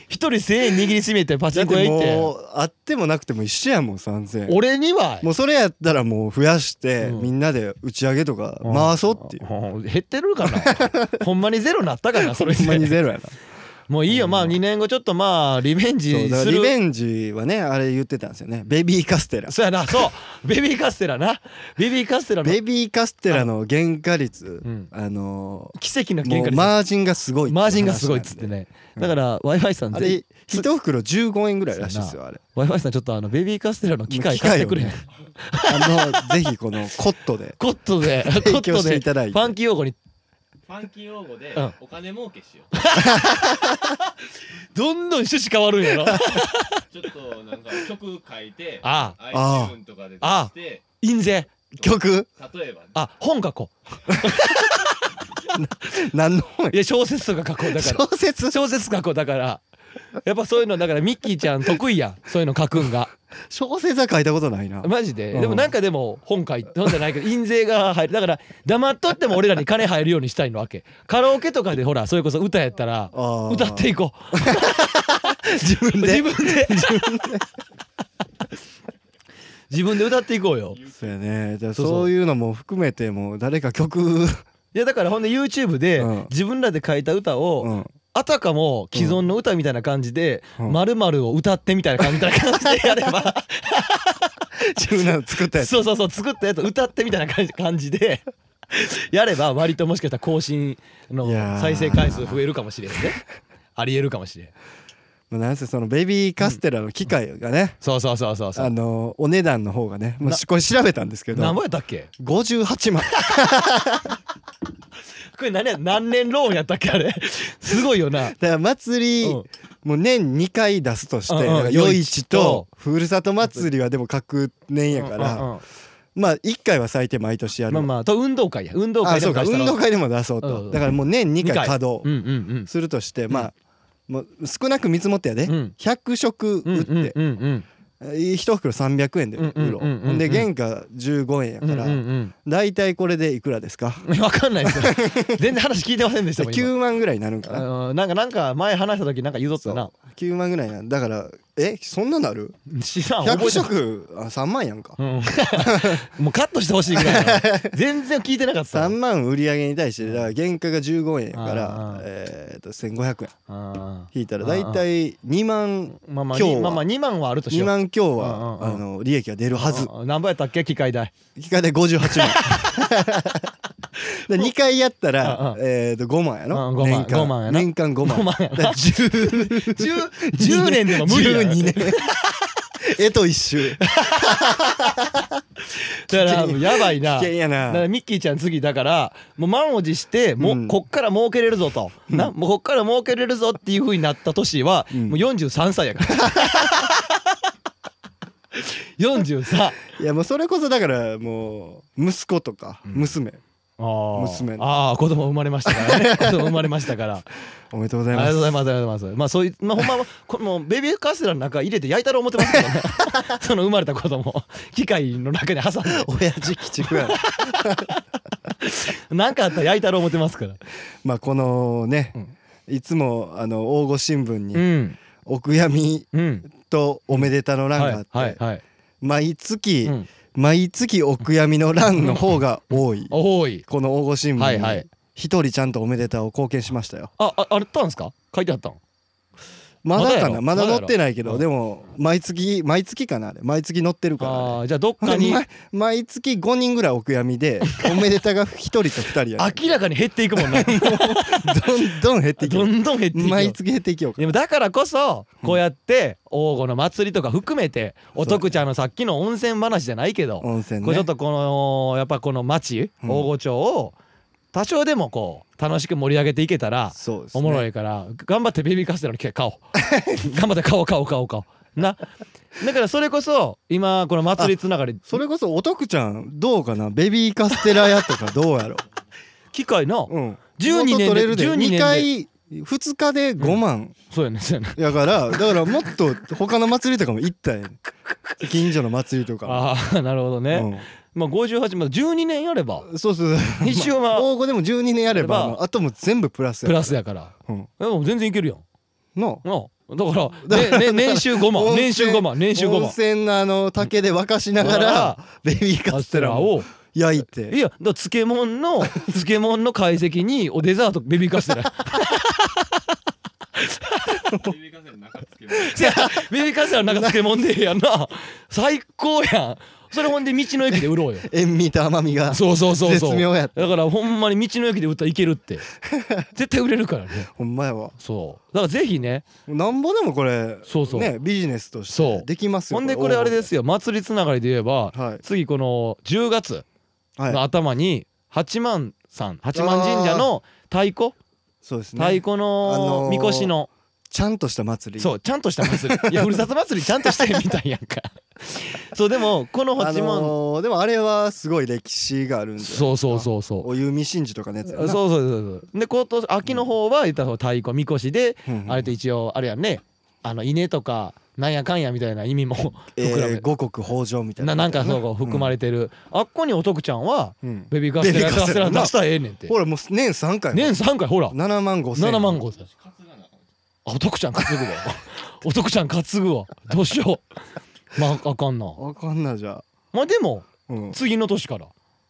S1: 一人1000円握りしめてパチ
S2: だっ
S1: ンコ屋
S2: て
S1: 行っ
S2: も
S1: て
S2: うあってもなくても一緒やもん3000円
S1: 俺には
S2: もうそれやったらもう増やして、
S1: うん
S2: みんなで打ち上げとか回そうっていう、
S1: うん減ってるかな <laughs> ほんまにゼロなったかなそれ
S2: ほんまに
S1: で
S2: ゼロやな
S1: もういいよまあ2年後ちょっとまあリベン
S2: そう
S1: ジ
S2: だから
S1: す
S2: リベ
S1: る
S2: ンジはねあれ言ってたんですよねベビーカステラ
S1: そうやなそうベビーカステラなベビーカステラの
S2: ベビーカステラの原価率、
S1: うん
S2: あの
S1: 奇跡の
S2: ー
S1: 喧
S2: も
S1: 嘩
S2: う
S1: です
S2: マージンがすごいって
S1: マ
S2: 話
S1: ージンがすごいっつって
S2: なんで
S1: ねだから w i f i さん
S2: あ
S1: ぜひ
S2: れ一袋15円ぐらいらしいですよあれ
S1: w i f i さんちょっとあのベビーカステラの機械
S2: 機械を
S1: 買って
S2: ね
S1: くれ、
S2: あのぜひこのコットで
S1: コットでコ
S2: 提
S1: ッ
S2: 供
S1: ト
S2: <laughs> して
S1: で
S2: いただい
S1: フ
S2: て
S1: ァンキー用語に
S3: ファンキー用語で
S1: うん
S3: お金儲けしよう
S1: どんどん趣旨変わるんやろあ
S3: ちょっとなんか曲書いて
S1: あ
S3: iTune とかで出して
S1: 印税 <laughs>
S2: 曲
S3: 例えば
S1: あ本書こ
S2: 何の本や
S1: ういや小説とか書こ
S2: <laughs>
S1: うだから
S2: 小説
S1: 小説書こうだからやっぱそういうのだからミッキーちゃん得意やんそういうの書くんが
S2: 小説は書いたこと
S1: <laughs>
S2: ないな
S1: マジで
S2: うん
S1: でもなんかでも本書いて本じゃないけど
S2: <laughs>
S1: 印税が入るだから黙っとっても俺らに金入るようにしたいのわけカラオケとかでほらそれこそ歌やったら
S2: あー
S1: 歌っていこう
S2: 自分
S1: 自
S2: で
S1: 分
S2: <laughs>
S1: で <laughs> 自分で歌っていこうよ
S2: そうやねじゃあ
S1: そうそう
S2: そういうのも含めてもう誰か曲
S1: いやだからほんで YouTube で
S2: うん
S1: 自分らで書いた歌を、
S2: うん
S1: あたかも既存の歌みたいな感じで「
S2: うん
S1: まるまるを歌ってみたいな感じみたいな感じでやれば
S2: 自分らの作ったやつ
S1: そうそうそう作ったやつ歌ってみたいな感じ感じで <laughs> やれば割ともしかしたら更新の
S2: いやー
S1: 再生回数増えるかもしれんねありえるかもしれん
S2: まあなんせそのベビーカステラの機械がね
S1: そうそうそうそうそ
S2: あ
S1: う
S2: のお値段の方がねもう
S1: な
S2: これ調べたんですけど
S1: 何ぼやったっけ
S2: 58万
S1: <laughs> これ何や何年ローンやったっけあれ <laughs> すごいよな
S2: だから祭り
S1: うん
S2: もう年2回出すとして
S1: うんうん
S2: だから
S1: 夜
S2: 夜
S1: 市
S2: 市
S1: と
S2: とふるさと祭りはでも各年やか
S1: うん
S2: ら
S1: うん
S2: まあ1回は最低毎年やる
S1: まあまあと運動会や運動
S2: あ
S1: 会
S2: そ
S1: でも
S2: うか
S1: 出した
S2: 運動
S1: ら
S2: 会でも出そう
S1: うんうん
S2: とだからもう年2
S1: 二回
S2: 回稼働
S1: うんうんうん
S2: するとしてまあもう少なく見積もってやで
S1: うん
S2: 100食
S1: うん
S2: 売っ
S1: うん
S2: て
S1: うんうん
S2: 1袋300円で売ろ
S1: うんうんうんうんうん
S2: うで原価15円や
S1: うん
S2: か
S1: うん
S2: ら
S1: うん
S2: 大体これでいくらですか
S1: わかんないですよ全然話聞いてませんでした
S2: <laughs>
S1: もん今
S2: 9万ぐらいになるんかな
S1: うんなんかなんか前話した時なんか言うとったな
S2: 9万ぐらいなんだからえそんななる
S1: 知らん覚
S2: 100
S1: えてない
S2: 食あ3万やんか
S1: うんもうカットしてほしいぐらいな
S2: <laughs>
S1: 全然聞いてなかった
S2: 3万売り上げに対してだから原価が15円やか
S1: あ
S2: ら
S1: ー
S2: えーと1500円
S1: あー
S2: 引いたら
S1: あー
S2: 大体2万
S1: まあまあ
S2: 今日
S1: に
S2: は
S1: まあまあ2万はあるとし
S2: 2
S1: よう
S2: 万強
S1: うん
S2: は
S1: うんう
S2: あの利益が出るはず
S1: あー何倍やったっけ機
S2: <laughs>
S1: 械代
S2: 機械で58万
S1: <laughs>
S2: で2回やったら
S1: うん
S2: えーと5万や
S1: うん
S2: ろ
S1: 5万
S2: 年間
S1: 5万やな
S2: 年間5万
S1: 5万や
S2: だ
S1: な
S2: から10
S1: <laughs> 10, 10年でも無理や <laughs>
S2: 12年えと一周
S1: だからやばい
S2: 危
S1: な
S2: 険や
S1: だから
S2: な
S1: ミッキーちゃん次だからもう満を持しても
S2: う
S1: うんこっから儲けれるぞと、なもうこっから儲けれるぞっていうふうになった年は、
S2: うん
S1: もう43歳
S2: <laughs>
S1: やから43
S2: いやもうそれこそだからもう息子とか娘
S1: あー
S2: 娘の
S1: あー子供生まれましたからね子供生まれましたから
S2: おめでとうご
S1: あ
S2: ざい
S1: りが
S2: ま
S1: とうご
S2: す
S1: ざいますありがとうございますまあそういうまあほんまはこれもうベビーカステラの中入れて焼いたら思ってますけど <laughs> ねその生まれた子供機械の中に挟んで
S2: 親父鬼畜やな
S1: 何かあったら焼いたら思ってますから
S2: <laughs> まあこのね、
S1: うん
S2: いつもあの大御新聞
S1: う
S2: に
S1: ん
S2: 「お悔やみ
S1: うん」
S2: と「おめでた」の欄があ
S1: は
S2: っ
S1: い
S2: て、
S1: はいはい、
S2: 毎月、
S1: うん、
S2: 毎月お悔やみの欄の方が多い、
S1: 多い
S2: この大御新
S1: はい
S2: 聞
S1: は
S2: に
S1: い
S2: 一人ちゃんと「おめでた」を貢献しましたよ
S1: あ、あ、あれったんですか書いてあったん
S2: ま
S1: まだ
S2: だ
S1: や
S2: か
S1: ろ
S2: なまだ載ってないけ
S1: ま
S2: ど
S1: だ
S2: でも毎月毎月かなあれ毎月載ってるからあれ
S1: ああー、じゃあどっか
S2: <laughs>
S1: に
S2: 毎毎月5人ぐらいお悔やみ <laughs> でおめでたが1人と2人やね
S1: 明らかに減っていくもんな
S2: どんどん減っていきよ
S1: どんどん減っていくよ
S2: 毎月減っていきようか
S1: でもだからこそこうやって王吾の祭りとか含めてお徳ちゃんのさっきの温泉話じゃないけど
S2: 温泉
S1: こうち
S2: ね
S1: ょっとこのやっぱこの町
S2: うん
S1: 王吾町を多少でもこう楽しく盛り上げていけたら
S2: そうですね
S1: おもろいから頑張ってベビーカステラの機械
S2: <laughs>
S1: 買おう頑張って買おう買おう買おう買おうなだからそれこそ今この祭りつながり
S2: それこそおとくちゃんどうかなベビーカステラ屋とかどうやろ
S1: 機械
S2: <laughs>
S1: の
S2: うんもっ
S1: 12年で
S2: と取れるで
S1: 12年で
S2: 2回2日で5万
S1: そうやねそうやね
S2: やからだからもっと他の祭りとかも行ったやん近所の祭りとか
S1: ああなるほどね、まあ58まあ12年や
S2: <laughs>
S1: れば
S2: うんそうそう
S1: 西尾は
S2: まあ大御でも12年やれ
S1: や
S2: ば
S1: れば
S2: もうあともう全部プラス
S1: プ
S2: や
S1: ラスやから
S2: うん
S1: でも全然いけるやん
S2: の
S1: うん
S2: <laughs>
S1: だからねね年収5万
S2: 温泉
S1: 年収5万年収5
S2: 温
S1: 万
S2: 泉のあの竹で沸かしなが
S1: だ
S2: らベビーカ
S1: カ
S2: ス
S1: ス
S2: テ
S1: テ
S2: ラ
S1: ラ
S2: を
S1: を
S2: 焼い
S1: い
S2: て
S1: やだから漬物 <laughs> の漬物の解析におデザートベビーカステ <laughs> ラ
S3: ベビーカステラの中つけます
S1: いやベビーカステラの中漬物でええやんな最高やんそれほんで道の駅で売ろうよ
S2: 塩味と甘みが
S1: <laughs> そうそうそうそう
S2: 絶妙やった
S1: だからほんまに道の駅で売ったらいけるって <laughs> 絶対売れるからね
S2: ほんまやわ
S1: そうだからぜひね
S2: なんぼでもこれ
S1: そうそう
S2: ねビジネスとし
S1: そ
S2: て
S1: う
S2: できますよ
S1: ほんでこれあれですすよ祭りつながりで言えば
S2: はい
S1: 次この10月
S2: はい
S1: の頭に8万さん八幡神社の太鼓、
S2: そうです
S1: 太
S2: ね
S1: 鼓
S2: あの
S1: の
S2: ー
S1: みこしの、
S2: ちゃんとした祭り
S1: そうちゃんとした
S2: <laughs>
S1: 祭りいやふるさと祭りちゃんとしてみたいやんかそうでもこの
S2: あ
S1: 八幡、
S2: のーでもあれはすごい歴史があるんで
S1: そうそうそうそう
S2: お弓神事とかのやつや
S1: そう
S2: な
S1: そうそうそうで今年秋の方は言ったら太鼓みこしで、
S2: うんうん
S1: あれと一応あれやんねあの稲とかなんやかんやみたいな意味も
S2: え
S1: 膨らめ
S2: ー、五穀豊穣みたいな
S1: ななんかそうこう含まれてる、あっこにおとくちゃんは
S2: うん、うん
S1: ベビーカステラ
S2: ベビーカ
S1: カ
S2: ス
S1: ス
S2: テ
S1: テ
S2: ラ
S1: ラ出したらええねんって
S2: ほらもう年3回
S1: 年3回ほら
S2: 7万5千
S1: 7万5千
S3: 担がなあかん
S1: あおとくちゃん担ぐわおとくちゃん担ぐわどうしようまああかんな
S2: わかんないじゃあ
S1: まあでも
S2: うん
S1: 次の年から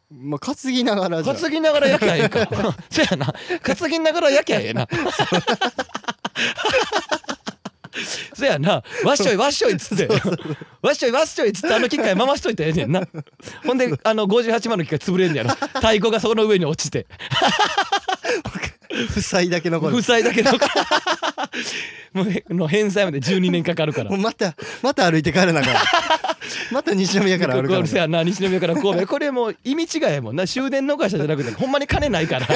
S2: まあ担ぎながらじゃあ
S1: 担ぎながら焼きゃええか <laughs> そやな担ぎながら焼きゃええな <laughs> そやなわっしょいわっしょいっつってわっしょいわっしょいっつってあの機械回しといたらええねんなほんであの58万の機械潰れんねやろ太鼓がそこの上に落ちて <laughs>
S2: 負債だけ残
S1: 負
S2: る
S1: 債だけど <laughs> もうへの返済まで12年かかるから
S2: もうまたまた歩いて帰ら
S1: <laughs>
S2: なあかんまた西宮から歩かなあ
S1: せ
S2: かん
S1: やな西宮から神戸これもう意味違いやもんな終電逃したじゃなくてほんまに金ないから <laughs> い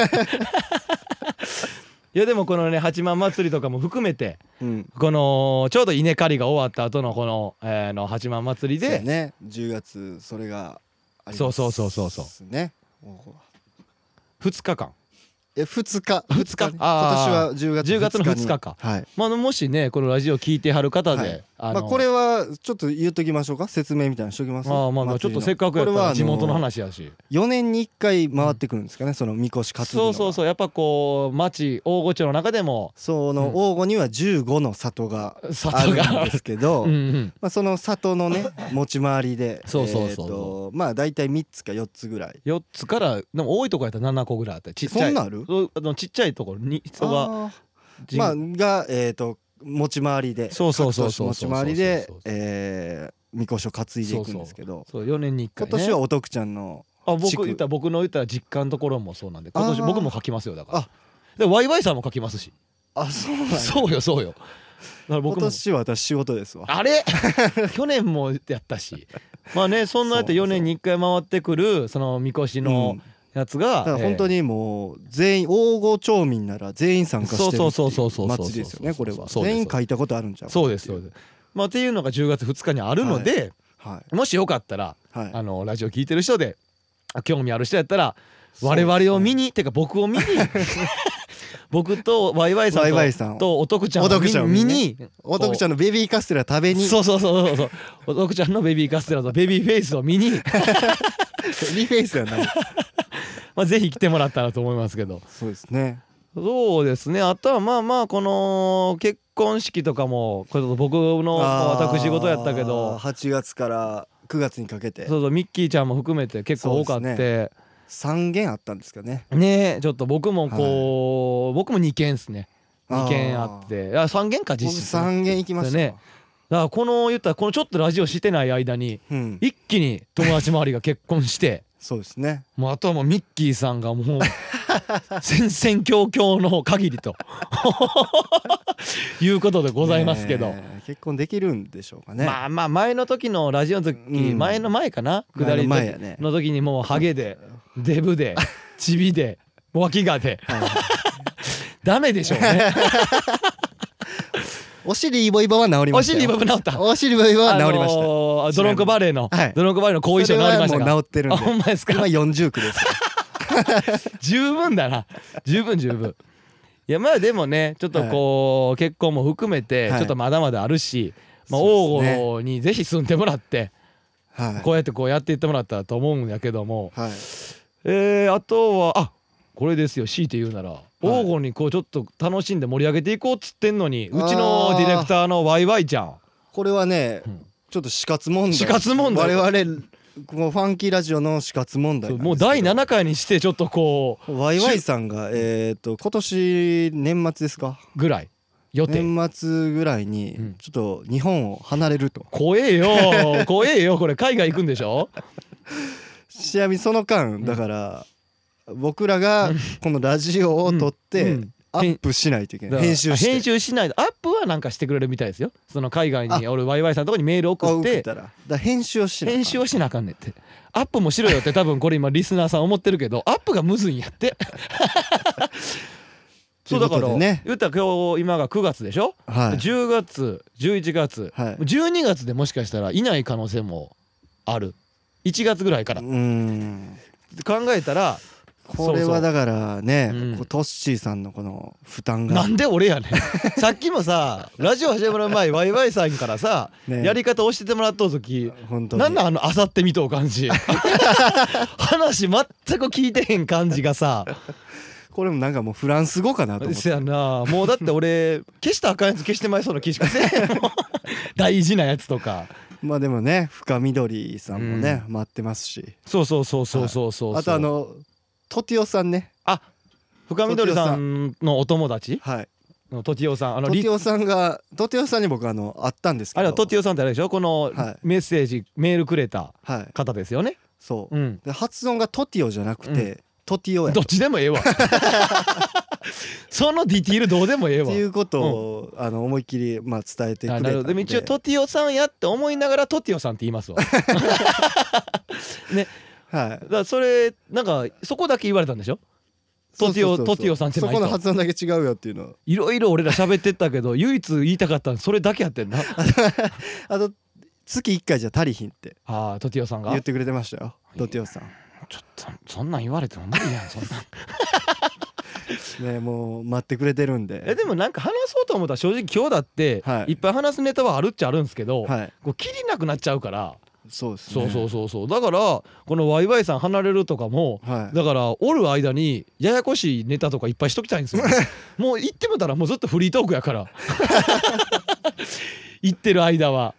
S1: やでもこのね八幡祭りとかも含めて
S2: うん
S1: このちょうど稲刈りが終わった後のこの,、えーの八幡祭り
S2: そうや
S1: で、
S2: ね10月それがあります
S1: そうそうそうそうそう
S2: ねおう
S1: 2日間、
S2: え2日
S1: 二日
S2: 二ね今年
S1: あ
S2: は10月
S1: 10月の
S2: に
S1: 二日か
S2: はい
S1: まあ、もしねこのラジオ聞いてはる方で、
S2: はい
S1: あの
S2: まあこれはちょっと言っときましょうか説明みたいなのしときます
S1: まあまあまあちょっとせっかくやったら地元の
S2: 話
S1: 話やし
S2: 4年に1回回ってくるんですかね、そのみこし担ぐの
S1: そ
S2: は
S1: うそうそうやっぱこう町大御町の中でも
S2: その王吾には15の里があ
S1: 里
S2: るん
S1: が
S2: ですけど、
S1: <laughs> うんうん
S2: まあ、その里の
S1: <laughs>
S2: ね持ち回りで
S1: そうそうそうそう
S2: えーとまあ大体3つか4つぐらい
S1: 4つからでも多いとこやったら7個ぐらいあってちっちゃ
S2: そ
S1: い
S2: んなんある
S1: そうあのちっちゃいところに人が
S2: あー
S1: 人
S2: まあがえっ、と持ち回りで
S1: そうそうそう
S2: 各都
S1: そう
S2: 市持ち回りで
S1: そうそうそう
S2: えーみこしを担いでいくんですけど
S1: そう4年に1回、
S2: 今
S1: ね、
S2: 年はお徳ちゃんの
S1: あ
S2: 地
S1: 僕
S2: 区
S1: 言ったら僕の言ったら実家のところもそうなんで今年
S2: あー
S1: 僕も書きますよだから
S2: あ
S1: でワイワイさんも書きますし
S2: あそうなんだ
S1: そうよそうよだから
S2: 今
S1: 僕も
S2: 年は私仕事ですわ
S1: あれ <laughs> 去年もやったしまあねそんなやって4年に1回回ってくるそのみこし
S2: う
S1: の
S2: ん
S1: やつが、
S2: だから本当
S1: に
S2: にもう全員王郷町民なら全員参加してるって
S1: そうそうそうそ
S2: いう
S1: うそうそう
S2: 祭りですよねこれは
S1: そうです
S2: 全員書いたことあるんちゃう
S1: そうですそうですまあっていうのが10月2日にあるので、
S2: は
S1: もしよかったら
S2: いは
S1: あ
S2: い
S1: のラジオ聞いてる人であ興味ある人やったら
S2: そう
S1: 我
S2: ですね
S1: 々を見に、てか僕を見
S2: <laughs>
S1: に僕とワイワイさん
S2: ワイ
S1: と
S2: ワイさんを
S1: とおとくちゃんを
S2: おとく
S1: 見
S2: ちゃんを見
S1: 見
S2: に
S1: に
S2: お徳ちゃんのベビーカステラ食べに
S1: そうそうそうそうそうおとくちゃんのベビーカステラとベビーフェイスを
S2: <laughs>
S1: 見に
S2: リフェイスやない
S1: まあぜひ来てもらったらと思いますけど
S2: そうですね
S1: そうですねあとはまあまあこの結婚式とかもこれ僕の
S2: あー
S1: 私事やったけど
S2: 8月から9月にかけて
S1: そうそうミッキーちゃんも含めて結構多かっ
S2: そう
S1: て
S2: 3件あったんですかね
S1: ねえちょっと僕もこう僕も2件っすね2件あってあ3件か
S2: 僕
S1: 実質ね
S2: 3件行きましたわ
S1: ねだからこの言ったらこのちょっとラジオしてない間に
S2: うん
S1: 一気に友達周りが結婚して <laughs>
S2: そうですね
S1: もうあとはもうミッキーさん
S2: <laughs>
S1: がもう戦々恐々の限りということでございますけど、
S2: ねえ結婚できるんでしょうかね
S1: まあまあ前の時のラジオの時、
S2: うん
S1: 前の前かな下りの
S2: 前
S1: 時
S2: やね
S1: の時にもうハゲでデ
S2: <laughs>
S1: ブでチビで脇がで
S2: はいはい
S1: ダメでしょう
S2: <laughs>
S1: ね
S2: <laughs> お尻イボイボは治り
S1: お
S2: ましたよ
S1: 尻バブ治った
S2: お尻イボイボは治りました
S1: あのードロンコバレーの、
S2: はい
S1: ドロンコバレーの後遺症治りました
S2: それ
S1: か
S2: はもう治ってるんで
S1: あほ <laughs> んまですか
S2: 今40区ですよ
S1: 十分だな十分十分いやまあでもねちょっとこう、結婚も含めて
S2: はい
S1: ちょっとまだまだあるし、まあ、
S2: そう
S1: 王
S2: ですね
S1: 吾にぜひ住んでもらって、
S2: はい
S1: こうやってこうやっていってもらったらと思うんやけども、
S2: はい
S1: えーあとはあこれですよ強いて言うなら、王吾にこうちょっと楽しんで盛り上げていこうっつってんのにうちのディレクターのワイワイちゃん
S2: これはね、
S1: うん
S2: ちょっと死活問題
S1: 死活問題
S2: 我々このファンキーラジオの死活問題なんですけど
S1: もう第7回にしてちょっとこ
S2: ワイワイさんがえっ、と今年年末ですか
S1: うぐらい予定
S2: 年末ぐらいに
S1: うん
S2: ちょっと日本を離れると、
S1: 怖えよ怖えよこれ海外行くんでしょ
S2: ちなみにその間だから、僕らがこのラジオを撮って、
S1: うん
S2: アップしないといけ
S1: だ
S2: な
S1: か
S2: い
S1: ら
S2: 編集して
S1: 編集しないでアップはなんかしてくれるみたいですよその海外に
S2: あ
S1: 俺ワイワイさんのとこにメール
S2: あ
S1: 送っ
S2: 送ってたらだから編集をしない
S1: 編集はしなあかんねんってアップもしろよって多分これ今リスナーさん思ってるけどアップがむずいんやってそうだか
S2: ということ
S1: ら
S2: でね
S1: 言ったら今日今が9月でしょ、
S2: はい
S1: 10月11月、
S2: はい
S1: 12月でもしかしたらいない可能性もある1月ぐらいから、
S2: うーん
S1: 考えたら
S2: これはだからね
S1: そうそううん
S2: こうトッシーさんのこの負担が
S1: なんで俺
S2: <laughs>
S1: やねんさっきもさラジオ始まる前ワイワイさんからさ、
S2: ね
S1: やり方教えてもらっとう時
S2: 本当に
S1: なんなんあのあさってみとう
S2: <laughs>
S1: 感じ話全く聞いてへん感じがさ
S2: これもなんかもうフランス語かなと思っ
S1: せ
S2: て
S1: やなもうだって俺消したらあかんやつ消してまいそうな気しか
S2: <laughs>
S1: せえへんもん大事なやつとか
S2: まあでもね深緑さんもね待ってますし
S1: そうそうそうそうそうそうそう
S2: あとあのトティオさんね
S1: あ深緑さんのお友達
S2: はい
S1: のとちおさんあ
S2: ト
S1: の
S2: テ
S1: リ
S2: ィオさんがトティオさんに僕あの会ったんですけ
S1: あれ
S2: ど
S1: はとちおさんってあれでしょこの
S2: はい
S1: メッセージ、メールくれた
S2: はい
S1: 方ですよね
S2: そううんで発音がトティオじゃなく
S1: う
S2: てトティオや
S1: どっちで
S2: <laughs>
S1: もええわそのディティールどうでもえ
S2: っ
S1: えわ
S2: ていうことを、あの思いっきりまあ伝えてくれ
S1: あ
S2: た
S1: なる
S2: の
S1: ほどでも一応トティオさんやって思いながらトティオさんって言います <laughs> わだか
S2: はい
S1: らそれなんかそこだけ言われたんでしょトティオ
S2: そうそうそうそう
S1: トティオさんって
S2: そ
S1: ない
S2: ことの発音だけ違うよっていうのを
S1: いろいろ俺ら喋ってったけど唯一言いたかったのそれだけや <laughs> ってんな
S2: あと月1回じゃ足りひんって
S1: ああトティオさんが
S2: 言ってくれてましたよトティオさん
S1: ちょっとそんなん言われても無理やんそんなん
S2: ねもう待ってくれてるんで
S1: <laughs> えでもなんか話そうと思ったら正直今日だって、
S2: はい
S1: い、っぱい話すネタはあるっちゃあるんですけど、
S2: はい
S1: こう切りなくなっちゃうから
S2: そうです
S1: そ
S2: ね
S1: うそうそうそうだからこのワイワイさん離れるとかも、
S2: はい
S1: だからおる間にややこしいネタとかいっぱいしときたいんですよ
S2: <laughs>
S1: もう言ってもたらもうずっとフリートークやから言ってる間は、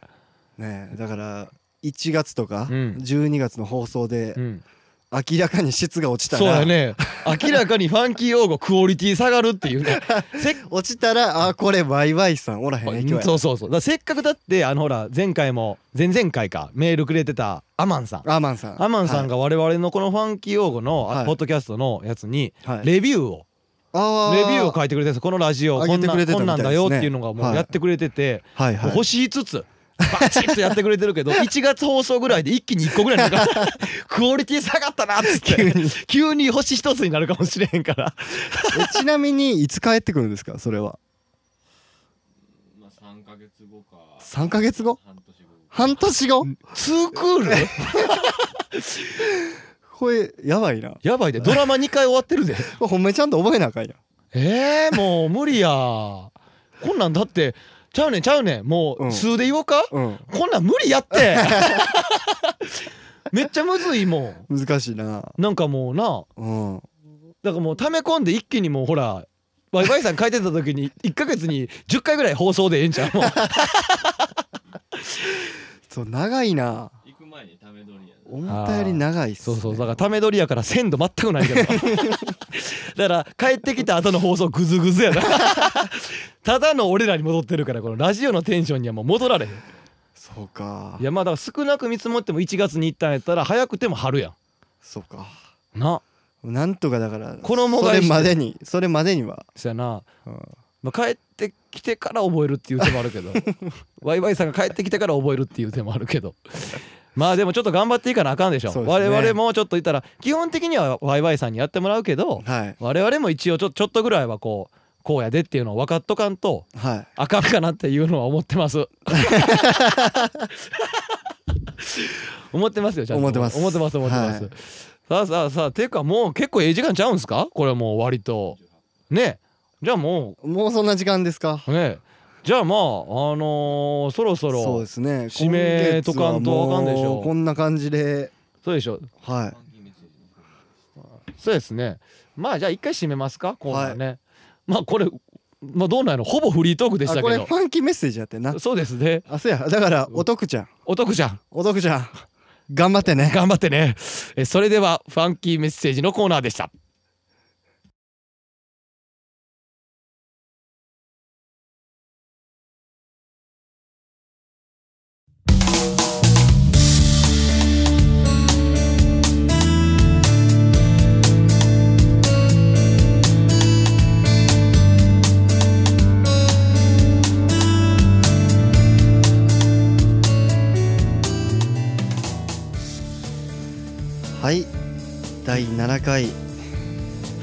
S2: ねだから1月とか
S1: うん
S2: 12月の放送で
S1: うん、
S2: 明らかに質が落ちた
S1: そう
S2: ら、
S1: だね明らかにファンキー用語クオリティ下がるっていう
S2: <laughs>
S1: ねせっ
S2: 落ちたらあこれワイワイさんおらへん影響や
S1: そうそうそうだからせっかくだってあのほら前回も前々回かメールくれてたアマンさん
S2: アマンさん
S1: アマンさんが我々のこのファンキー用語の
S2: は
S1: あ
S2: い
S1: ポッドキャストのやつに
S2: はい
S1: レビューを
S2: あ
S1: レビューを
S2: い
S1: 書いてくれてるんですこのラジオ
S2: あ
S1: こん
S2: げてく
S1: な
S2: れてた
S1: こん
S2: みたで
S1: ないん
S2: すね
S1: だよっていうのがも
S2: は
S1: う
S2: い
S1: やってくれてて、
S2: はいはい
S1: 星5つバチッとやってくれてる <laughs> けど1月放送ぐらいで一気に1個ぐらいなん <laughs> かクオリティ下がったなっつって急に星1つになるかもしれへんから
S2: えちなみにいつ帰ってくるんですかそれは
S3: まあ3ヶ月後か
S2: 3ヶ月後
S3: 半年後
S2: 半年後
S1: ツークール
S2: これやばいな
S1: やばいでドラマ2回終わってるで
S2: これほんまにちゃんと覚えなあかんやん
S1: <laughs> えー、もう無理やこんなんだってちゃうねんちゃうねんも
S2: う
S1: うん数で言おうか、
S2: うん
S1: こんなん無理やって <laughs> めっちゃむずいも
S2: 難しいなん
S1: なんかもうな
S2: うん
S1: だからもう溜め込んで一気にもうほらワイワイさん書いてた時に1ヶ月に10回ぐらい放送でええんちゃうもう
S2: そう長いな
S3: 行く前にため撮りやな
S2: 思ったより長いっす、
S1: そ
S2: ね、
S1: うそうだからため撮りやから鮮度全くないけ
S2: <laughs>
S1: どだから帰ってきた後の放送グズグズやな <laughs> ただの俺らに戻ってるからこのラジオのテンションにはもう戻られへん
S2: そうか
S1: いやまあだから少なく見積もっても1月に行ったんやったら早くても春や
S2: そうか
S1: んな
S2: なんとかだから
S1: 衣替
S2: そ
S1: えし
S2: れ
S1: て
S2: までにそれまでには、
S1: そやな、
S2: うん
S1: まあ、帰ってきてから覚えるっていう手もあ
S2: <laughs>
S1: るけどワイワイさんが帰ってきてから覚えるっていう手もあるけどまあでもちょっと頑張っていかなあかんでしょ
S2: そうです
S1: 我
S2: ね
S1: 々もちょっと言ったら基本的にはワイワイさんにやってもらうけど
S2: はい
S1: 我々も一応ちょちょっとぐらいはこうこうやでっていうのを分かっとかんと
S2: はい
S1: あかんかなっていうのは思ってます
S2: <laughs>
S1: 思ってますよちゃんと
S2: 思ってます
S1: 思ってます思ってます、
S2: はい
S1: さあさあさあていうかもう結構ええ時間ちゃうんすかこれはもう割とねじゃあも
S2: もうそんな時間ですか
S1: うねじゃあまああのーそろそろ
S2: そうですね
S1: 指名とかんとあかんでし
S2: 今月はも
S1: ょ
S2: うこんな感じで
S1: そうでしょ
S2: は
S3: ファンキーメッセージのコーナー
S1: そうですねまあじゃあ一回締めますか今度はね、まあこれまあどうなんやろほぼフリートークで
S2: い
S1: し
S2: あ
S1: た
S2: こ
S1: け
S2: れフ
S1: ど
S2: ァンキーメッセージやってんな
S1: そうですね
S2: あそうやだからお得ちゃん
S1: お得じゃん
S2: お得ちゃん頑張ってね
S1: <laughs> 頑張ってねえそれではファンキーメッセージのコーナーでした
S2: 第7回フ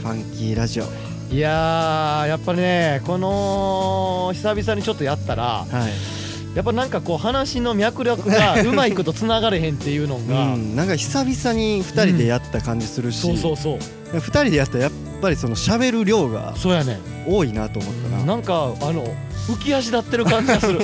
S2: ァンキーラジオはい
S1: やーやっぱねこの久々にちょっとやったら
S2: い、
S1: やっぱなんかこう話の脈絡 <laughs> がうまいことつながれへんっていうのが、
S2: うん、なんか久々に2人でやった感じするし、
S1: そうそうそう
S2: 2人でやったらやっぱりその喋る量が
S1: そうやね
S2: 多いなと思ったな
S1: なんかあの浮き足立ってる感じが <laughs> する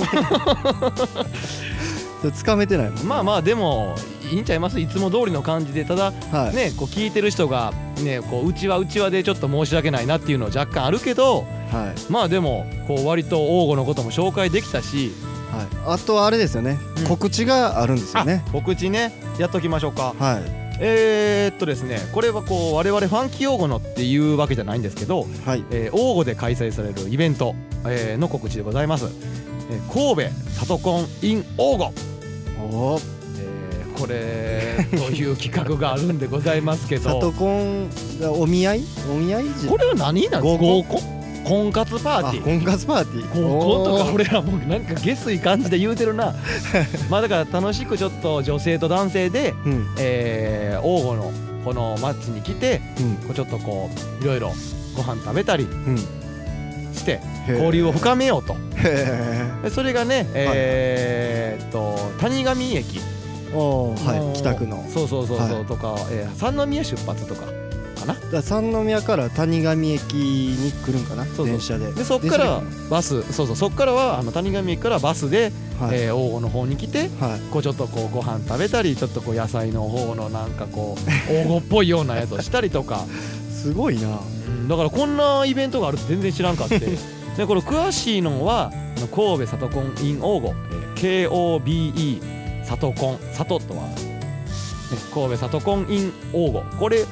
S2: つかめてないもん、
S1: まあまあでもいいんちゃいますいつも通りの感じでただ
S2: はい
S1: ねこう聞いてる人がねこううちはうちはでちょっと申し訳ないなっていうのは若干あるけど
S2: はい
S1: まあでもこう割と王吾のことも紹介できたし
S2: はい、あとはあれですよね、
S1: うん
S2: 告知があるんですよね
S1: あ告知ねやっときましょうか
S2: はい
S1: えー、っとですねこれはこう我々ファンキー王吾のっていうわけじゃないんですけど、
S2: はい
S1: えー、王吾で開催されるイベント、えーの告知でございます、えー神戸サトコン in 王吾、
S2: おお
S1: えーこれという企画があるんでございます
S2: <laughs>
S1: け
S2: サト
S1: ど
S2: コンがお見合いお見合い時
S1: これは何なん
S2: 合コ
S1: 合
S2: ン
S1: コン婚活パー
S2: あ
S1: ティー
S2: 婚活パーティー
S1: 合コンと
S2: お
S1: か
S2: ー
S1: 俺らもうなんか下水感じで言うて
S2: <laughs>
S1: るなまあだから楽しくちょっと女性と男性で、
S2: うん
S1: えー、王吾のこのマッチに来てこうちょっとこういろいろご飯食べたり
S2: うんうん
S1: して交流を深めようと
S2: へえ
S1: でそれがねえーっと谷上駅
S2: おーはい
S1: の
S2: 北区の
S1: そうそうそうそ
S2: は
S1: うとか、えー三宮出発とかかな
S2: だから三宮から谷上駅に来るんかな
S1: そう
S2: 電車で
S1: でそっからバスそうそうそっからはあの谷上駅からバスで、
S2: はい、
S1: えー王吾の方に来て
S2: はい
S1: こうちょっとこうご飯食べたりちょっとこう野菜の方のなんかこ
S2: <laughs>
S1: う王吾っぽいようなやつをしたりとか
S2: すごいな
S1: うんだからこんなイベントがあるって全然知らん
S2: <laughs>
S1: かってでこの詳しいのはあの神戸サトコン in 王吾えー KOBE サトコンサトとは、ね、神戸サトコン in 王吾これ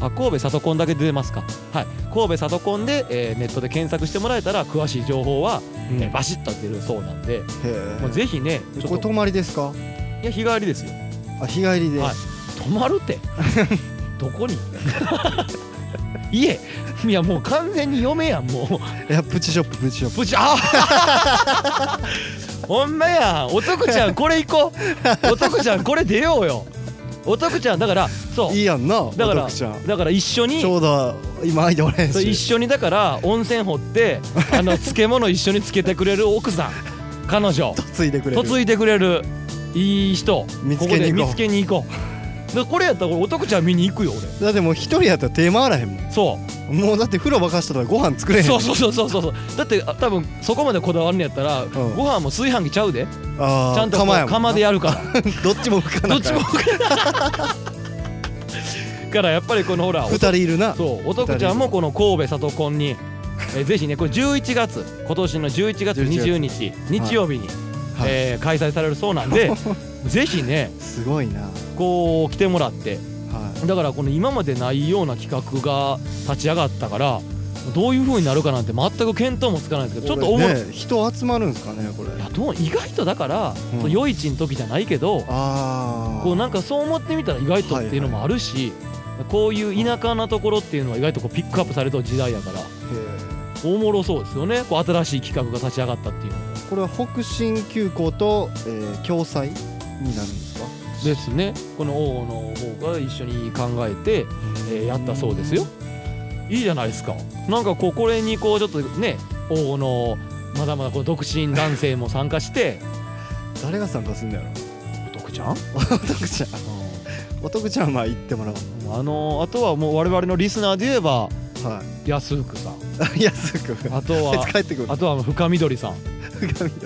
S1: あ神戸サトコンだけ出てますかはい神戸サトコンで、えーネットで検索してもらえたら詳しい情報は、
S2: う
S1: え
S2: ん
S1: ーバシッと出るそうなんで、
S2: へえ
S1: もうぜひねち
S2: こ
S1: ょ
S2: れ
S1: っと
S2: 泊
S1: い
S2: まりですか
S1: や日帰りですよ
S2: あ日帰りで、
S1: はい泊まるって
S2: <laughs>
S1: どこに <laughs> 家いやもう完全に嫁やんもう
S2: いやプチショッププチショッ
S1: プチあ <laughs> ほんまやおとくちゃんこれ行こうおとくちゃんこれ出ようよおとくちゃんだからそ
S2: プいういやんな
S1: だから
S2: お得ちゃん
S1: だから一緒に
S2: ちょうど今空いておれん
S1: そう一
S2: し
S1: 緒にだから温泉
S2: <laughs>
S1: 掘ってあの漬物一緒につけてくれる奥さん彼女
S2: ついでくれる
S1: 嫁いでくれるいい人
S2: 見つけに行こう
S1: こで見つけに行こうだからこれやったら俺おとくちゃん見に行くよ俺
S2: だってもう一人やったら手回らへんも
S1: そうん
S2: もうだって風呂沸かしたらご飯作れへん
S1: そうそうそうそうそうだってあ多分そこまでこだわるんやったら、ご飯も炊飯器ちゃうでち
S2: あー
S1: ゃんとこう
S2: 釜 <laughs> やもんな
S1: 釜でやるから
S2: どっちも吹か
S1: ど
S2: な
S1: っ
S2: い
S1: ちもからやっぱりこのほら
S2: 二人いるな
S1: そうお得ちゃんもこの神戸里コンにえーぜひねこれ11月今年の11月20日日曜日に、
S2: はい
S1: えー開催されるそうな
S2: <laughs>
S1: んでぜひね
S2: すごいなは
S1: こう来てもらって
S2: い
S1: だからこの今までないような企画が立ち上がったからどういう風になるかなんて全く見当もつかないんですけどちょっと
S2: こ
S1: 思
S2: れ
S1: う、
S2: ね人集まるんですかねこれ
S1: いやどう意外とだから、
S2: うん
S1: そう夜市の時じゃないけど
S2: ああ
S1: こうなんかそう思ってみたら意外とっていうのもあるし、こういう田舎なところっていうのは意外とこうピックアップされた時代やからおもろそうですよねこう新しい企画が立ち上がったっていうのも
S2: これは北進急行とえー共済になるんですか
S1: ですねこの王の方が一緒に考えて、えーやったそうですよいいじゃないですかなんかこうこれにこうちょっとね王のまだまだこう独身男性も参加して <laughs>
S2: 誰が参加するんだよ
S1: お得ちゃん、
S2: お得ちゃんお得ちゃんはまあ行ってもらおう
S1: あのあとはもう我々のリスナーで言えば
S2: は
S1: 安福さん
S2: い <laughs> 安く
S1: あと
S2: あい
S1: は
S2: <laughs> つ帰ってくる
S1: あとはあの深緑さん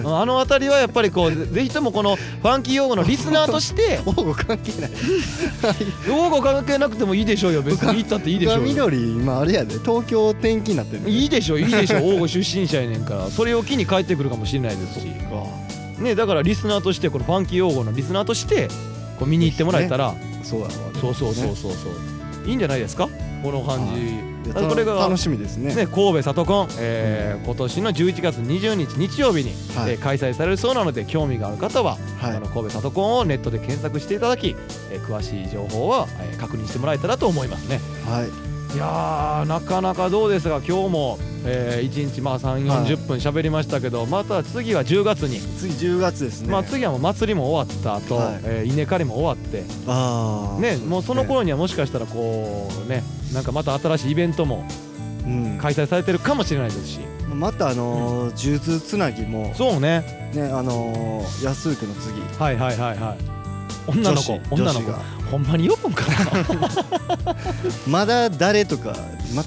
S1: あの辺りはやっぱりこうぜぜひともこのファンキー用語のリスナーと <laughs> して
S2: 王吾関係ない
S1: 用語関係なくてもいいでしょうよ別に言ったっていいでしょうよ
S2: 緑今あれやで東京転勤になってるね
S1: いいでしょういいでしょう王吾出身者やねんからそれを機に帰ってくるかもしれないですしねだからリスナーとしてこのファンキー用語のリスナーとしてこう見に行ってもらえたら、
S2: そうだろ
S1: そうそうそうそうそういいんじゃないですかこの感じ、
S2: いや
S1: あこれが
S2: 楽しみですね
S1: ね、神戸里コン、えー今年の11月20日日曜日に、
S2: はい
S1: えー開催されるそうなので興味がある方は、
S2: はい
S1: あの神戸里コンをネットで検索していただき、えー詳しい情報は、えー確認してもらえたらと思いますね
S2: はい
S1: いやーなかなかどうですが今日も、えー、1日まあ3 4 0分喋りましたけど、また次は10月に、
S2: 次10月ですね、
S1: まあ次はもう祭りも終わった後、
S2: はい
S1: えー稲刈りも終わって
S2: あー
S1: ね
S2: です
S1: もうその頃にはもしかしたらこうねなんかまた新しいイベントも
S2: うん
S1: 開催されてるかもしれないですし
S2: またあのー数珠つなぎも
S1: そうね
S2: ねあのー安福の次
S1: はいはいはいはい女の子
S2: 女子
S1: 女の
S2: 女子が
S1: 子ほんまに呼ぶんか
S2: <laughs>
S1: な
S2: まだ誰とか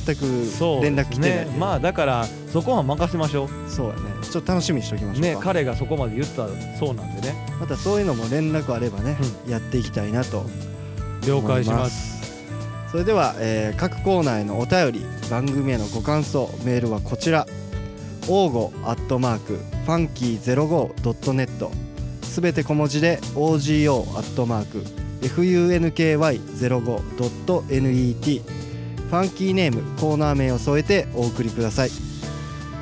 S2: 全く
S1: そう
S2: 連
S1: で
S2: 絡
S1: す
S2: 来てない
S1: ねまあだからそこは任せましょ
S2: そうやねちょっと楽しみにしておきまし
S1: う
S2: ょう
S1: ね
S2: か、
S1: 彼がそこまで言ったそうなんでね
S2: またそういうのも連絡あればね、やっていきたいなと
S1: 了
S2: 思
S1: 解
S2: い
S1: し
S2: ま
S1: ます
S2: すそれでは、えー各コーナーへのお便り番組へのご感想メールはこちら応募アットマークファンキー 05.net すべて小文字で OGO アットマーク FUNKY05.net ファンキーネームコーナー名を添えてお送りください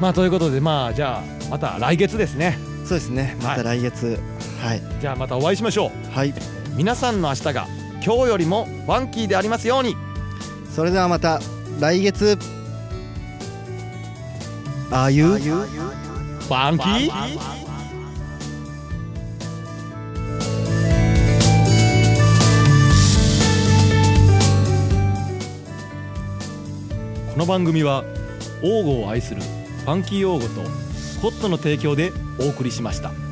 S1: まあということでまあじゃあまた来月ですね
S2: そうですねまた来月はい
S1: じゃあまたお会いしましょう
S2: はい、
S1: 皆さんの明日が今日よりもワンキーでありますように
S2: それではまた来月あゆあゆ
S1: ワンキーこの番組は王語を愛するファンキー王語とホットの提供でお送りしました。